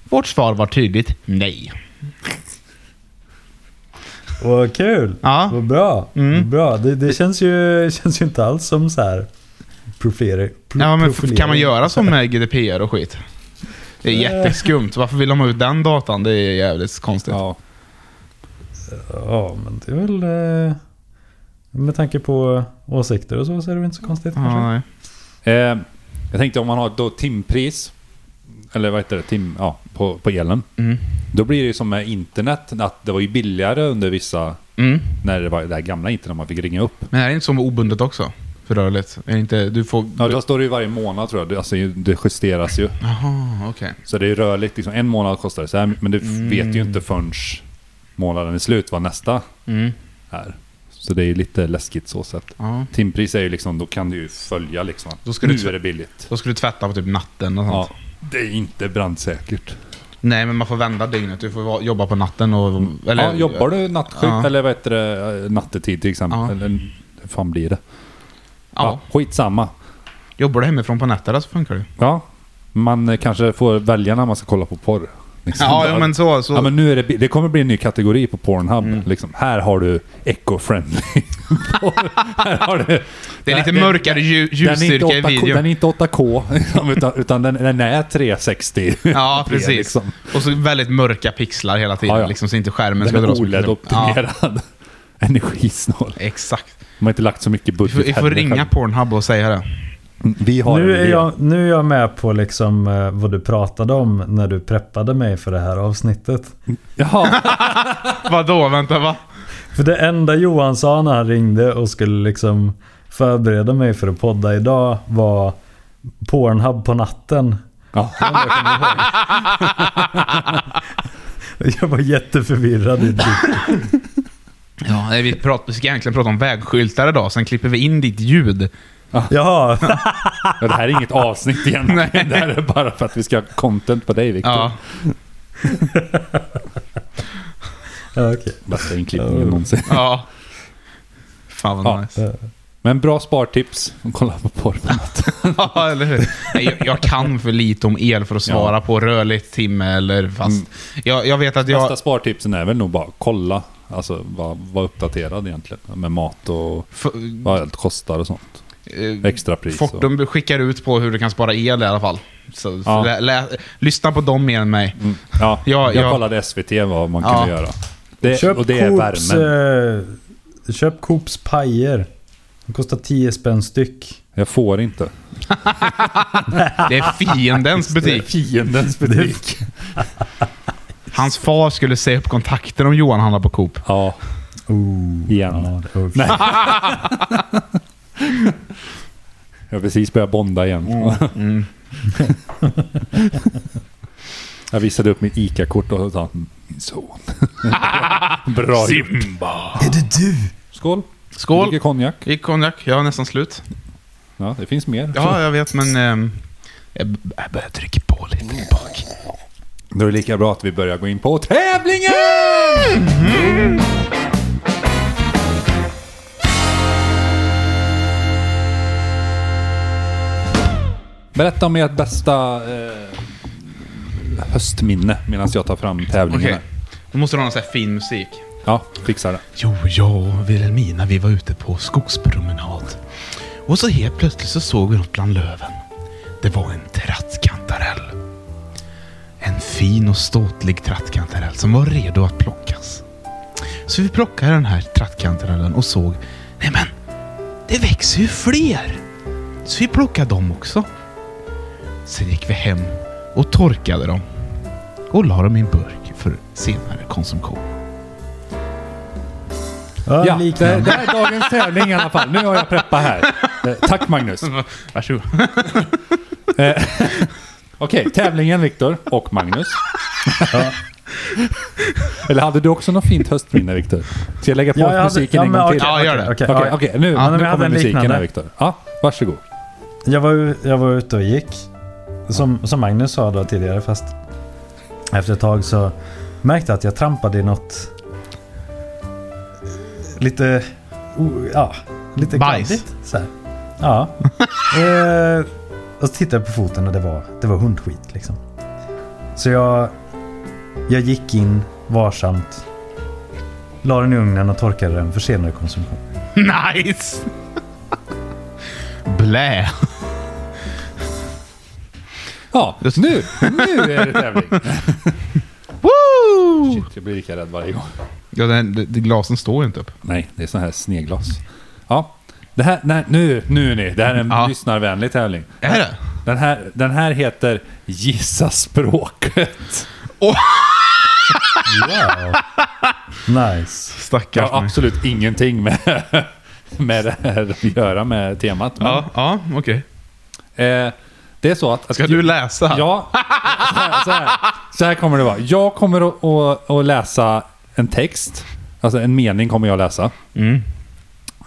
Speaker 2: Vårt svar var tydligt nej.
Speaker 3: vad kul!
Speaker 2: Ja.
Speaker 3: Vad bra!
Speaker 2: Mm.
Speaker 3: Vad bra. Det, det känns, ju, känns ju inte alls som så här profilering. pro-
Speaker 2: Ja, men
Speaker 3: profilering.
Speaker 2: kan man göra så med GDPR och skit? Det är jätteskumt. Varför vill de ha ut den datan? Det är jävligt konstigt.
Speaker 1: ja.
Speaker 3: Ja, men det är väl... eh, Med tanke på åsikter och så, så är det väl inte så konstigt
Speaker 2: Ja,
Speaker 3: kanske?
Speaker 2: nej.
Speaker 1: Eh, jag tänkte om man har då timpris, eller vad heter det, tim, ja, på, på elen.
Speaker 2: Mm.
Speaker 1: Då blir det ju som med internet, att det var ju billigare under vissa,
Speaker 2: Mm.
Speaker 1: när det var det där gamla internet man fick ringa upp.
Speaker 2: Men är det inte så med obundet också? För rörligt? Är det inte, du får...
Speaker 1: Ja, då står det ju varje månad tror jag, det, alltså, det justeras ju.
Speaker 2: Jaha, okej.
Speaker 1: Så det är rörligt, liksom, en månad kostar det så här, men du
Speaker 2: Mm.
Speaker 1: vet ju inte förrän månaden är slut vad nästa
Speaker 2: Mm.
Speaker 1: är. Så det är ju lite läskigt så sätt.
Speaker 2: Ja.
Speaker 1: Timpris är ju liksom, då kan du ju följa liksom.
Speaker 2: Då ska
Speaker 1: nu
Speaker 2: du-
Speaker 1: är det billigt.
Speaker 2: Då skulle du tvätta på typ natten och sånt.
Speaker 1: Ja, det är inte brandsäkert.
Speaker 2: Nej, men man får vända dygnet. Du får va- jobba på natten och... Eller,
Speaker 1: Mm. ja, jobbar du nattsjuk
Speaker 2: Ja.
Speaker 1: eller vad heter det, eh, nattetid till exempel?
Speaker 2: Ja.
Speaker 1: Eller hur fan blir det?
Speaker 2: Ja.
Speaker 1: skitsamma.
Speaker 2: Jobbar du hemifrån på nätterna så funkar det.
Speaker 1: Ja, man eh, kanske får välja när man ska kolla på porr. liksom.
Speaker 2: Ja, jo, men så... så.
Speaker 1: Ja, men nu är det, bi- det kommer bli en ny kategori på Pornhub.
Speaker 2: Mm.
Speaker 1: Liksom. Här har du eco-friendly. porr. här har du,
Speaker 2: det är lite
Speaker 1: den-
Speaker 2: mörkare ljus,
Speaker 1: Den är, inte
Speaker 2: ljusstyrka i
Speaker 1: 8K, den
Speaker 2: videon.
Speaker 1: är inte 8K, liksom, utan, utan den, den är 360.
Speaker 2: Ja,
Speaker 1: Det är
Speaker 2: precis.
Speaker 1: liksom-
Speaker 2: Och så väldigt mörka pixlar hela tiden,
Speaker 1: Ja, ja.
Speaker 2: Liksom, så inte skärmen
Speaker 1: Den
Speaker 2: ska
Speaker 1: är E
Speaker 2: dras Ja,
Speaker 1: OLED-optimerad. Energisnål.
Speaker 2: exakt.
Speaker 1: De har inte lagt så mycket
Speaker 2: Vi får,
Speaker 1: budget
Speaker 2: vi får
Speaker 1: heller. Mm,
Speaker 2: ringa Pornhub och säga det.
Speaker 1: Vi har
Speaker 3: Nu
Speaker 1: en
Speaker 3: är,
Speaker 1: idé.
Speaker 3: jag, nu är jag med på liksom eh, vad du pratade om när du preppade mig för det här avsnittet.
Speaker 1: Jaha.
Speaker 2: Vadå? Vänta, va?
Speaker 3: För det enda Johan sa när han ringde och skulle liksom förbereda mig för att podda idag var Pornhub på natten.
Speaker 1: Ja.
Speaker 3: Det var det jag kommer ihåg. Jag var jätteförvirrad. i det.
Speaker 2: Ja, nej, vi, prat, vi ska egentligen prata om vägskyltar idag, sen klipper vi in ditt ljud.
Speaker 3: Jaha,
Speaker 1: Ja, det här är inget avsnitt igen.
Speaker 2: Nej.
Speaker 1: Det här är bara för att vi ska ha content på dig Viktor.
Speaker 2: Ja.
Speaker 3: ja, okej.
Speaker 1: Bästa inklippningen någonsin.
Speaker 2: ja. Fan vad
Speaker 1: Ja.
Speaker 2: nice.
Speaker 1: Men bra spartips. Kolla på porr på natten.
Speaker 2: Ja, eller hur? Nej, jag, jag kan för lite om el för att svara på rörligt timme eller fast. Jag, jag vet att
Speaker 1: Bästa
Speaker 2: jag...
Speaker 1: spartipsen är väl nog bara kolla. Alltså vara var uppdaterad egentligen. Med mat och
Speaker 2: F-
Speaker 1: vad allt kostar och sånt.
Speaker 2: eh,
Speaker 1: Extrapris.
Speaker 2: Folk,
Speaker 1: och-
Speaker 2: de skickar ut på hur du kan spara el i alla fall. Så,
Speaker 1: Ja.
Speaker 2: lä, lä, lyssna på dem mer än mig.
Speaker 1: Mm. Ja,
Speaker 2: Ja,
Speaker 1: jag
Speaker 2: ja.
Speaker 1: kollade SVT vad man
Speaker 2: Ja.
Speaker 1: kunde göra. Det,
Speaker 3: Köp,
Speaker 1: och det är
Speaker 3: Coops,
Speaker 1: värmen.
Speaker 3: eh, köp Coops pajer. De kostar 10 spänn styck.
Speaker 1: Jag får inte.
Speaker 2: Det är fiendens butik.
Speaker 1: Fiendens butik.
Speaker 2: Hans far skulle säga upp kontakten om Johan handlar på Coop.
Speaker 1: Ja,
Speaker 3: Oh,
Speaker 1: igen.
Speaker 3: det var
Speaker 1: Nej. Jag har precis börjat bonda igen.
Speaker 2: Mm.
Speaker 1: Jag visade upp mitt ICA-kort och sa min son. Bra gjort.
Speaker 2: Simba!
Speaker 3: Är det du?
Speaker 1: Skål! Vi
Speaker 2: Skål!
Speaker 1: dricker konjak.
Speaker 2: Gick konjak. Jag har nästan slut.
Speaker 1: Ja, det finns mer.
Speaker 2: Ja, jag vet, men... ehm, jag b- jag börjar trycka på lite bak.
Speaker 1: Då är det lika bra att vi börjar gå in på tävlingen! Berätta om ert bästa eh, höstminne medan jag tar fram tävlingen.
Speaker 2: Okej.
Speaker 1: här.
Speaker 2: Då måste du ha någon sån här fin musik.
Speaker 1: Ja, fixar det.
Speaker 2: Jo, jag och Wilhelmina vi var ute på skogspromenad. Och så helt plötsligt så såg vi något bland löven. Det var en trattkantarell. En fin och ståtlig trattkantarell som var redo att plockas. Så vi plockade den här trattkantarellen och såg, nej men, det växer ju fler! Så vi plockade dem också. Sen gick vi hem och torkade dem och la dem i en burk för senare konsumtion.
Speaker 1: Ja,
Speaker 3: Ja,
Speaker 1: det, det
Speaker 3: liknande.
Speaker 1: är dagens tävling i alla fall. Nu har jag preppat här. Eh, tack Magnus. Eh,
Speaker 2: Varsågod.
Speaker 1: Okej, Eh, tävlingen Viktor och Magnus. Eller hade du också något fint höstminne Viktor? Ska jag lägga på
Speaker 3: Ja, jag hade-
Speaker 1: musiken
Speaker 3: ja,
Speaker 1: en
Speaker 3: men
Speaker 1: gång till?
Speaker 3: okej,
Speaker 2: Ja, gör det.
Speaker 3: okej,
Speaker 1: Okej,
Speaker 3: ja.
Speaker 1: okej, nu,
Speaker 3: Ja, men
Speaker 1: nu
Speaker 3: vi hade
Speaker 1: kommer
Speaker 3: en
Speaker 1: musiken
Speaker 3: liknande.
Speaker 1: här Viktor. Ja, varsågod.
Speaker 3: Jag var, ju- jag var ute och gick. Som, som Magnus sa då tidigare fast efter ett tag så märkte jag att jag trampade i något lite... o- Ja, lite
Speaker 2: Bajs.
Speaker 3: kladdigt, Så här. Ja. eh, och så tittade jag på foten och det var, det var hundskit liksom. Så jag, jag gick in varsamt. La den i ugnen och torkade den för senare konsumtion.
Speaker 2: Nice! Blä!
Speaker 1: Ja, nu, nu är det tävling.
Speaker 2: Woo!
Speaker 1: Shit, jag blir lika rädd varje gång.
Speaker 2: Ja, den, den, glasen står ju inte upp.
Speaker 1: Nej, det är sån här sneglas. Ja, det här, nej, nu, nu ni, det här är en
Speaker 2: Ja.
Speaker 1: lyssnarvänlig tävling.
Speaker 2: Är det?
Speaker 1: Den här, den här heter Gissa språket.
Speaker 3: Wow! nice.
Speaker 2: Stackars
Speaker 1: Jag har absolut ingenting med, med det här att göra med temat. men,
Speaker 2: Ja, ja okej.
Speaker 1: eh, det är så att... att
Speaker 2: Ska du läsa?
Speaker 1: Ja, så här, så, här, så här kommer det vara. Jag kommer att, att, att läsa en text. Alltså en mening kommer jag läsa.
Speaker 2: Mm.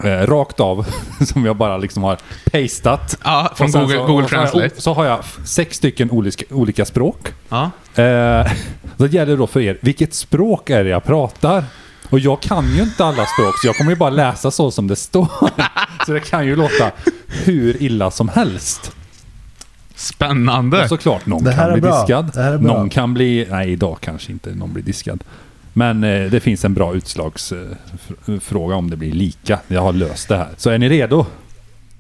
Speaker 1: Eh, rakt av. Som jag bara liksom har pastat.
Speaker 2: Ja, från
Speaker 1: Och sen
Speaker 2: Google,
Speaker 1: så,
Speaker 2: Google
Speaker 1: och så har jag-
Speaker 2: Translate.
Speaker 1: Så har jag f- sex stycken olika, olika språk.
Speaker 2: Ja.
Speaker 1: Eh, då gäller det då för er, vilket språk är det jag pratar? Och jag kan ju inte alla språk, så jag kommer ju bara läsa så som det står. Så det kan ju låta hur illa som helst.
Speaker 2: Spännande!
Speaker 1: Och såklart, någon
Speaker 3: Det här
Speaker 1: kan
Speaker 3: är
Speaker 1: bli
Speaker 3: bra.
Speaker 1: diskad.
Speaker 3: Det här är bra.
Speaker 1: Någon kan bli... Nej, idag kanske inte någon blir diskad. Men eh, det finns en bra utslagsfråga eh, fr- fråga om det blir lika. Jag har löst det här. Så är ni redo?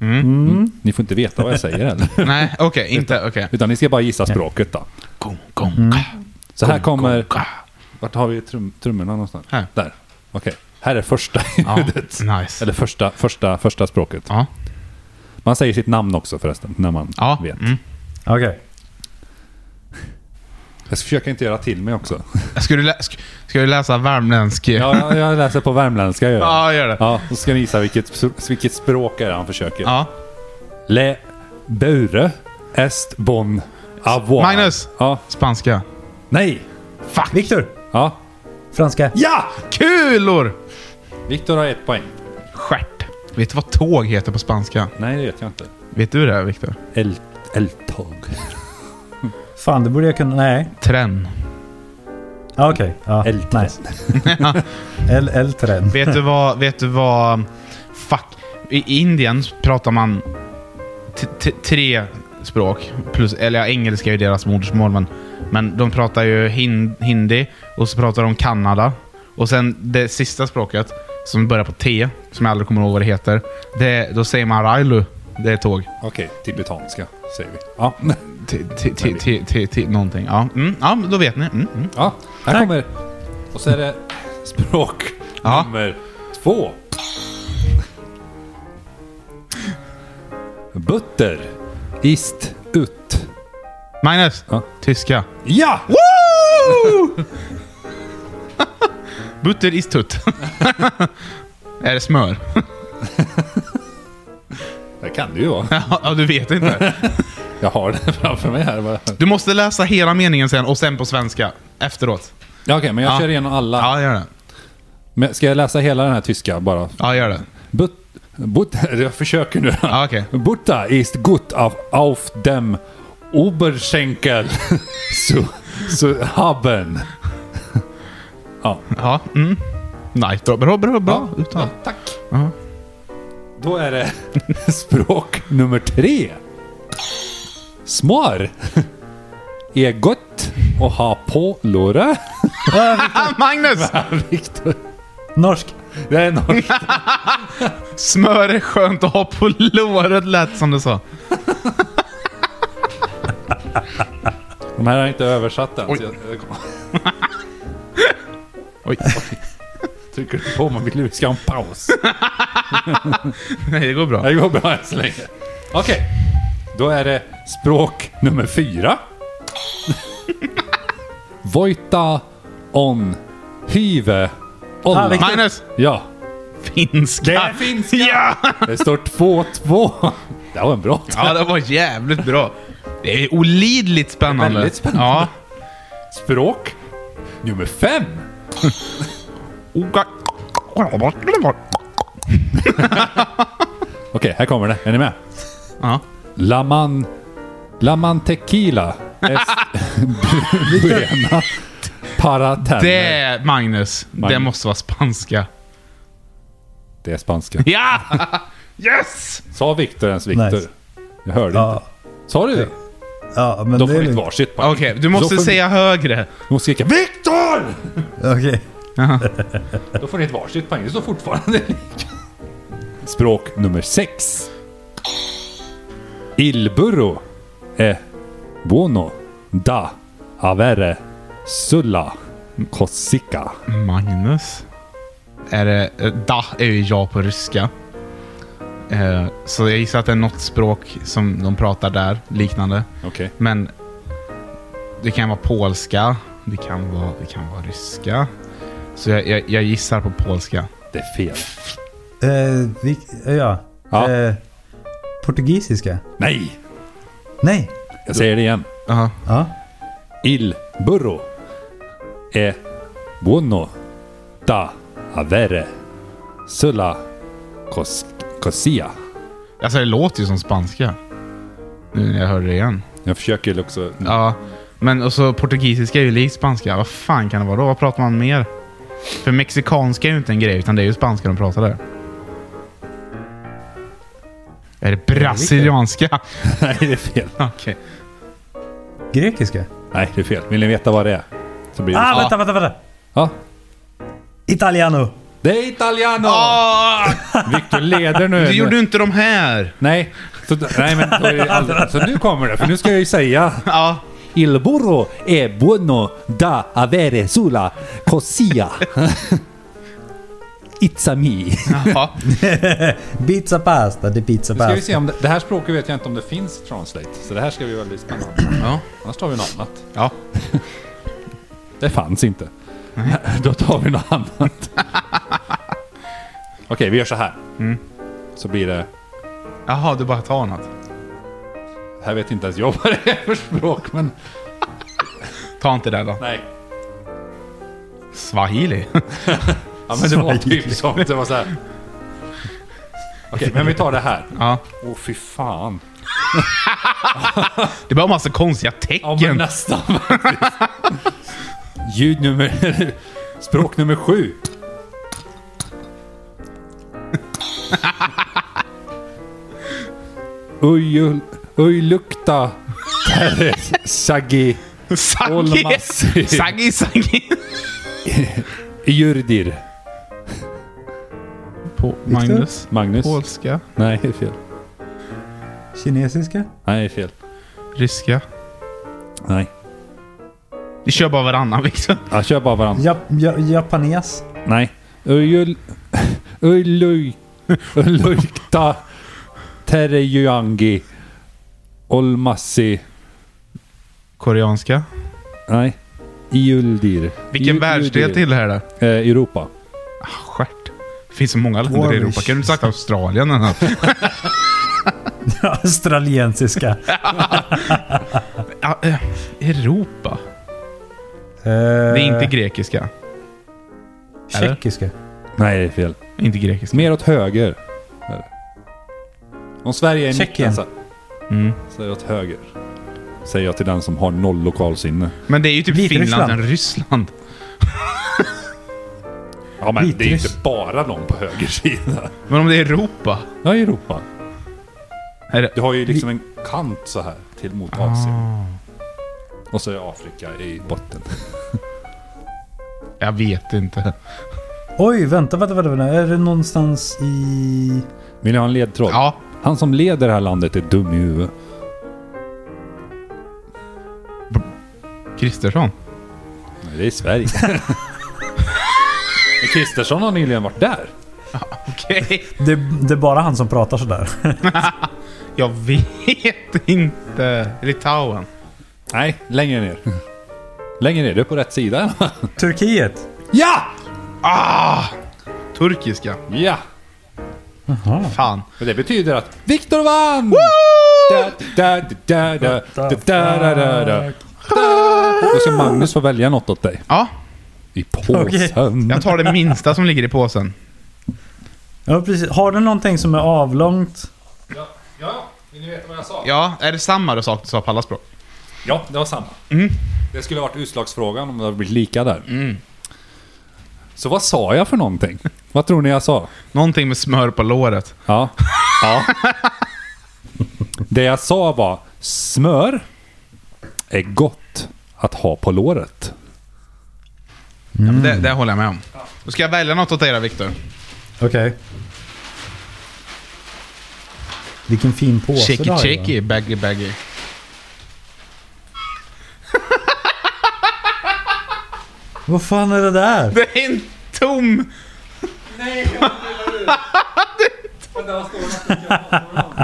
Speaker 2: Mm.
Speaker 1: Ni får inte veta vad jag säger än.
Speaker 2: Nej, okej. inte okej.
Speaker 1: Utan ni ska bara gissa språket då.
Speaker 2: Gong, gong, mm.
Speaker 1: Så här kommer... Vart har vi trum, trummorna någonstans?
Speaker 2: Här.
Speaker 1: Där. Okej. Här är första
Speaker 2: Ja,
Speaker 1: ljudet.
Speaker 2: nice.
Speaker 1: Eller första, första, första språket.
Speaker 2: Ja.
Speaker 1: Man säger sitt namn också förresten, när man
Speaker 2: Ja.
Speaker 1: vet.
Speaker 2: Mm.
Speaker 3: Okej.
Speaker 1: Jag ska försöka inte göra till mig också.
Speaker 2: Ska, du lä- ska, ska du läsa värmländsk?
Speaker 1: Ja, jag, jag läser på värmländska. Jag gör. det.
Speaker 2: Ja, gör det.
Speaker 1: Ja, då ska ni gissa vilket, vilket språk är det han försöker.
Speaker 2: Ja.
Speaker 1: Le Beure est bon avoir.
Speaker 2: Magnus!
Speaker 1: Ja.
Speaker 2: Spanska.
Speaker 1: Nej!
Speaker 2: Fuck!
Speaker 3: Viktor!
Speaker 1: Ja.
Speaker 3: Franska.
Speaker 1: Ja!
Speaker 2: Kulor!
Speaker 1: Viktor har ett poäng.
Speaker 2: Stjärt. Vet du vad tåg heter på spanska?
Speaker 1: Nej, det vet jag inte.
Speaker 2: Vet du det, Viktor?
Speaker 1: El, eltag.
Speaker 3: Fan, det borde jag kunna... Nej.
Speaker 2: Trän.
Speaker 3: Ja, Okej. Ja,
Speaker 1: Eltag.
Speaker 3: nice. El, Eltren.
Speaker 2: Vet du vad... Vet du vad... Fuck. I Indien pratar man t- t- tre språk. Plus, eller ja, engelska är ju deras modersmål, men, men de pratar ju hin- hindi och så pratar de Kanada. Och sen det sista språket, som börjar på T, som jag aldrig kommer ihåg vad det heter. Det, då säger man Railu. Det är tåg.
Speaker 1: Okej, tibetanska säger vi. Ja,
Speaker 2: T- t- t- t- t- t- Någonting. Ja, mm, ja men då vet ni. Mm, mm.
Speaker 1: ja här
Speaker 2: Tack.
Speaker 1: kommer... Och så är det språk
Speaker 2: Ja.
Speaker 1: nummer två. Butter. Ist. Ut.
Speaker 2: Magnus!
Speaker 1: Ja.
Speaker 2: Tyska.
Speaker 1: Ja!
Speaker 2: Woo! Butter is tutt. är det smör?
Speaker 1: Det kan det ju vara.
Speaker 2: ja, du vet inte.
Speaker 1: Jag har det framför mig här. bara.
Speaker 2: Du måste läsa hela meningen sen och sen på svenska. Efteråt.
Speaker 1: Ja, Okej, men jag
Speaker 2: Ja.
Speaker 1: kör igenom alla.
Speaker 2: Ja, gör det.
Speaker 1: Men ska jag läsa hela den här tyska bara?
Speaker 2: Ja, gör det.
Speaker 1: But, but, jag försöker nu.
Speaker 2: Ja, okej.
Speaker 1: Butter ist gut auf, auf dem Oberschenkel zu, zu haben.
Speaker 2: Ja, mm. Nice. Bra, bra, bra, bra uttal.
Speaker 1: tack.
Speaker 2: Ja.
Speaker 1: Då är det språk nummer tre. Smör är gott att ha på låret.
Speaker 2: Ah, Magnus!
Speaker 1: Viktor.
Speaker 3: Norsk.
Speaker 1: Det är nog
Speaker 2: Smör är skönt att ha på låret lät som du sa.
Speaker 1: De här är inte översatta än.
Speaker 2: Oj.
Speaker 1: så Jag, jag
Speaker 2: Oj.
Speaker 1: trycker du på man vill vi ska ha en paus.
Speaker 2: Nej, det går bra.
Speaker 1: Det går bra än så länge. Okej. Då är det språk nummer fyra. Vojta on hyve
Speaker 3: Ah,
Speaker 1: olla.
Speaker 3: vilken-
Speaker 2: Magnus!
Speaker 1: ja,
Speaker 2: Finska!
Speaker 1: Det är finska.
Speaker 2: Ja!
Speaker 1: det står 2-2. Det var en bra
Speaker 2: ja, det var jävligt bra. Det är olidligt spännande.
Speaker 1: Det är väldigt spännande.
Speaker 2: Ja.
Speaker 1: Språk nummer fem. Okej, här kommer det. Är ni med?
Speaker 2: Ja.
Speaker 1: Laman... Laman tequila. Est, buena. Paratermer. Det...
Speaker 2: Det, Magnus, det
Speaker 1: Magnus.
Speaker 2: måste vara spanska.
Speaker 1: är spanska.
Speaker 2: Ja! Yes!
Speaker 1: Sa Viktor ens Viktor?
Speaker 3: Nice.
Speaker 1: Jag hörde
Speaker 3: Ja,
Speaker 1: inte. Sa du det?
Speaker 3: ja men
Speaker 1: Då
Speaker 3: det
Speaker 1: får
Speaker 3: är
Speaker 1: vi ett
Speaker 3: lugnt.
Speaker 1: varsitt poäng.
Speaker 2: Okej, du måste
Speaker 1: Då får
Speaker 2: säga högre.
Speaker 1: Ni, du måste skrika VIKTOR!
Speaker 3: Okej.
Speaker 1: Då får ni ett varsitt poäng. Det står fortfarande lika. Språk nummer sex. Il burro è buono da avere sulla cosica.
Speaker 2: Magnus? Är det... eh, Da är ju ja på ryska. Eh, Så jag gissar att det är något språk som de pratar där, liknande.
Speaker 1: Okej.
Speaker 2: Men det kan vara polska, det kan vara, det kan vara ryska. Så jag, jag, jag gissar på polska.
Speaker 1: Det är fel.
Speaker 3: Eh, vi- eh, ja.
Speaker 1: Ja.
Speaker 3: Eh, portugisiska?
Speaker 1: Nej!
Speaker 3: Nej.
Speaker 1: Jag säger det igen.
Speaker 2: Jaha.
Speaker 3: Ja.
Speaker 1: Il burro è buono da avere sulla cos cosia.
Speaker 2: Alltså det låter ju som spanska. Nu när jag hör det igen.
Speaker 1: Jag försöker också...
Speaker 2: Ja, men och så portugisiska är ju likt spanska. Vad fan kan det vara då? Vad pratar man mer? För mexikanska är ju inte en grej, utan det är ju spanska de pratar där. Är det brasilianska?
Speaker 1: Nej, det är fel.
Speaker 2: Okej.
Speaker 3: Grekiska?
Speaker 1: Nej, det är fel. Vill ni veta vad det är? Så blir det...
Speaker 3: Ah,
Speaker 2: Ja.
Speaker 3: vänta, vänta, vänta.
Speaker 1: Ja.
Speaker 3: Italiano.
Speaker 1: Det är italiano!
Speaker 2: Ah,
Speaker 1: Viktor leder nu.
Speaker 2: du gjorde ju inte de här!
Speaker 1: Nej. Så, nej, men då är det aldrig... så nu kommer det. För nu ska jag ju säga...
Speaker 2: Ja,
Speaker 1: Il burro è buono da avere sulla cosia. It's a me.
Speaker 2: ja.
Speaker 3: Pizza pasta, det är pizza
Speaker 1: Nu ska vi
Speaker 3: pasta.
Speaker 1: se om det, det här språket vet jag inte om det finns i translate. Så det här ska bli väldigt spännande.
Speaker 2: ja.
Speaker 1: Annars tar vi något annat.
Speaker 2: ja.
Speaker 1: Det fanns inte. Då tar vi något annat. Okej, vi gör så här. Så blir det...
Speaker 2: Jaha, du bara tar något.
Speaker 1: Här vet inte ens jag vad det är för språk, men...
Speaker 2: Ta inte det då.
Speaker 1: Nej.
Speaker 2: Swahili.
Speaker 1: Ja, men det var typ sånt. Det var så här. Okej, men vi tar det här.
Speaker 2: Ja.
Speaker 1: Åh, fy fan.
Speaker 2: Det är bara massa konstiga
Speaker 1: Ja,
Speaker 2: tecken.
Speaker 1: men nästan faktiskt. Ljud nummer... Språk nummer sju. Uj, uj lukta terre sagi
Speaker 2: Saggi!
Speaker 1: olmassi
Speaker 2: Saggi, saggi!
Speaker 1: jurdir.
Speaker 2: På Magnus.
Speaker 1: Magnus?
Speaker 2: Polska.
Speaker 1: Nej, det är fel.
Speaker 3: Kinesiska?
Speaker 1: Nej, det är fel.
Speaker 2: Ryska.
Speaker 1: Nej.
Speaker 2: Vi kör bara varannan liksom.
Speaker 1: Ja, kör bara varann.
Speaker 3: Jap ja, japanes?
Speaker 1: Nej. Öjul... Öjluj... Öjlujta... Terejuangi... Olmassi...
Speaker 2: Koreanska.
Speaker 1: Nej. Iuldir.
Speaker 2: Vilken
Speaker 1: Iuldir.
Speaker 2: världsdel tillhör det? Ah,
Speaker 1: Eh, Europa.
Speaker 2: Stjärt. Det finns så många länder i
Speaker 3: Warwick.
Speaker 2: Europa. Kan du inte sagt Australien eller något?
Speaker 3: Australiensiska?
Speaker 2: Ja, eh, Europa?
Speaker 3: det Eh,
Speaker 2: Eh. Det är inte grekiska. eller?
Speaker 3: Tjeckiska?
Speaker 1: Nej, det är fel.
Speaker 2: Inte grekiska.
Speaker 1: Mer åt höger. är det. Om Sverige är i
Speaker 3: Tjeckien.
Speaker 1: mitten så,
Speaker 2: Mm.
Speaker 1: så är det åt höger. Säger jag till den som har noll lokalsinne.
Speaker 2: Men det är ju typ
Speaker 3: Vitryssland.
Speaker 2: Finland än Ryssland.
Speaker 1: Ja, men det är ju
Speaker 3: Vitryss-
Speaker 1: inte bara någon på höger sida.
Speaker 2: Men om det är Europa?
Speaker 1: Ja, i Europa.
Speaker 2: Är det...
Speaker 1: Du har ju liksom en kant så här till mot Asien. Och så är Afrika i botten.
Speaker 2: Jag vet inte.
Speaker 3: Oj, vänta, vänta, vänta, vänta. Är det någonstans i...
Speaker 1: Vill ni ha en ledtråd?
Speaker 2: Ja.
Speaker 1: Han som leder det här landet är dum i huvudet.
Speaker 2: Kristersson.
Speaker 1: Nej, det är Sverige. Men Kristersson har nyligen varit där.
Speaker 2: Okej.
Speaker 3: Det, det är bara han som pratar sådär.
Speaker 2: Jag vet inte. Litauen.
Speaker 1: Nej, längre ner. Längre ner, du är på rätt sida.
Speaker 3: Turkiet.
Speaker 1: ja!
Speaker 2: Ah! Turkiska.
Speaker 1: Ja!
Speaker 2: Fan.
Speaker 1: Och det betyder att Viktor vann! Da, da, da, da, da, da, da, da, da. Då ska Magnus få välja något åt dig.
Speaker 2: Ja,
Speaker 1: I påsen.
Speaker 3: Okej.
Speaker 2: jag tar det minsta som ligger i påsen.
Speaker 3: Ja, precis. Har du någonting som är avlångt?
Speaker 1: Ja, ja, vill ni veta vad jag sa?
Speaker 2: Ja, är det samma du sak du sa på alla språk?
Speaker 1: Ja, det var samma. Det skulle ha varit utslagsfrågan om det hade blivit lika där. Så vad sa jag för någonting? Vad tror ni jag sa?
Speaker 2: Någonting med smör på låret.
Speaker 1: Ja. ja. Det jag sa var smör är gott att ha på låret.
Speaker 2: Ja,
Speaker 3: Mm.
Speaker 2: men det, det håller jag med om. Då ska jag välja något åt dig då, Viktor.
Speaker 3: Okej. Vilken fin påse
Speaker 2: Shaky
Speaker 3: du har, Johan.
Speaker 2: shaky, baggy baggy.
Speaker 3: Vad fan är det där?
Speaker 2: Det är en tom...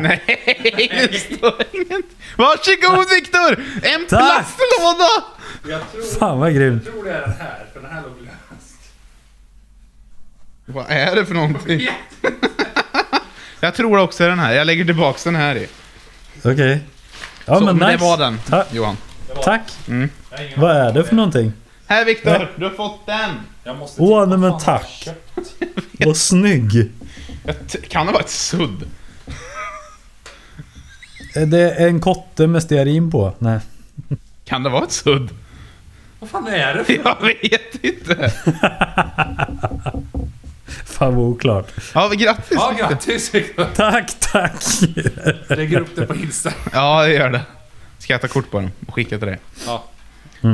Speaker 2: Nej, det står inget. Varsågod Viktor! En
Speaker 3: Tack!
Speaker 2: plastlåda!
Speaker 1: Jag tror,
Speaker 3: Fan vad grymt.
Speaker 1: tror det är den här, för den här låg löst.
Speaker 2: Vad är det för någonting? Jag tror också den här. Jag lägger tillbaks den här i.
Speaker 3: Okej. Ja
Speaker 2: Så,
Speaker 3: men nice.
Speaker 2: Det var den, Mm.
Speaker 3: Ta-
Speaker 2: Johan.
Speaker 3: Tack. Vad är det för någonting?
Speaker 2: Här Viktor, du har fått den!
Speaker 1: Jag måste
Speaker 3: Åh,
Speaker 1: titta.
Speaker 3: nej, men
Speaker 1: Fan,
Speaker 3: tack.
Speaker 1: jag köpt.
Speaker 3: Vad snygg.
Speaker 2: Jag t- kan det vara ett sudd?
Speaker 3: Är Det är en kotte med stearin på. Nej.
Speaker 2: Kan det vara ett sudd?
Speaker 1: Vad fan är det för
Speaker 2: Jag vet inte.
Speaker 3: Fan vad oklart.
Speaker 2: Ja, men grattis
Speaker 1: Ja,
Speaker 2: Viktor.
Speaker 1: grattis Viktor.
Speaker 3: Tack, tack.
Speaker 1: Lägger upp det på Insta.
Speaker 2: Ja, det gör det. Ska jag ta kort på den och skicka till dig?
Speaker 1: Ja.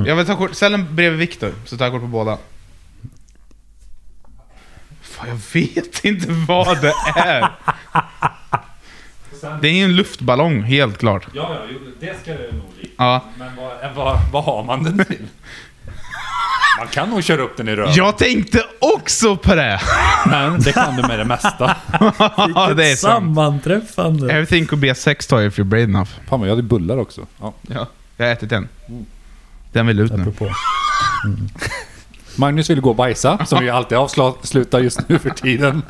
Speaker 2: Jag vill ta kort, ställ den bredvid Viktor, så tar jag kort på båda. Fan, jag vet inte vad det är. Det är ju en luftballong, helt klart.
Speaker 1: Ja, ja, jo, det ska det nog bli.
Speaker 2: Ja.
Speaker 1: Men vad, vad, vad har man den till? Man kan nog köra upp den i röven.
Speaker 2: Jag tänkte också på det!
Speaker 1: Men det kan du med det mesta.
Speaker 2: Ja, det är
Speaker 3: Ett
Speaker 2: sant.
Speaker 3: sammanträffande.
Speaker 2: Everything could be a sex toy if you're brave enough.
Speaker 1: Fan vad jag hade bullar också. Ja.
Speaker 2: Ja, jag har ätit en. Den vill ut nu.
Speaker 3: Apropå.
Speaker 1: Magnus vill gå och bajsa, som vi alltid avslutar just nu för tiden.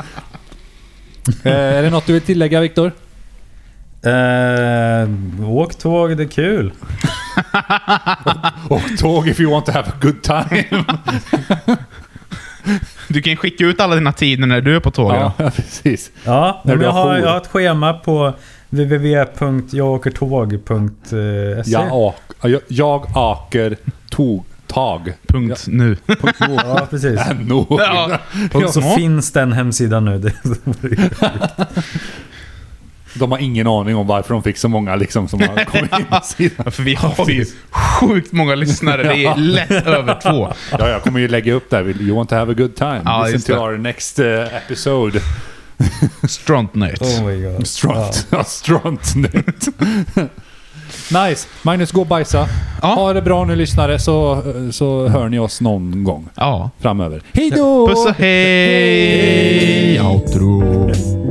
Speaker 1: Eh, är det något du vill tillägga Viktor?
Speaker 3: Eh, åk tåg, det är kul.
Speaker 1: Och tåg if you want to have a good time.
Speaker 2: Du kan skicka ut alla dina tider när du är på tåget.
Speaker 1: ja, precis.
Speaker 3: Ja,
Speaker 1: När
Speaker 3: men
Speaker 1: du
Speaker 3: jag,
Speaker 1: har
Speaker 3: har,
Speaker 1: jour.
Speaker 3: jag har ett schema på www.jagåkertåg.se.
Speaker 1: Jag, ak- jag, jag aker tog, tag.
Speaker 2: Punkt nu.
Speaker 3: Ja, precis.
Speaker 1: NO.
Speaker 2: Ja.
Speaker 3: Och så finns den hemsidan nu. Det-
Speaker 1: De har ingen aning om varför de fick så många liksom, som har kommit in på sidan.
Speaker 2: Ja, för vi har ju sjukt många lyssnare. Det är lätt över två.
Speaker 1: Ja, jag kommer ju lägga upp där. You want to have a good time?
Speaker 2: Ja, just
Speaker 1: Listen to
Speaker 2: det.
Speaker 1: our next eh, episode.
Speaker 2: Strontnöt.
Speaker 3: Oh my god.
Speaker 1: Strunt. Ja. Strunt nytt. nice. Magnus, gå och bajsa.
Speaker 2: Ja.
Speaker 1: Ha det bra nu lyssnare så, så hör ni oss någon gång
Speaker 2: Ja.
Speaker 1: framöver. Hej då!
Speaker 2: Puss och hej! Outro.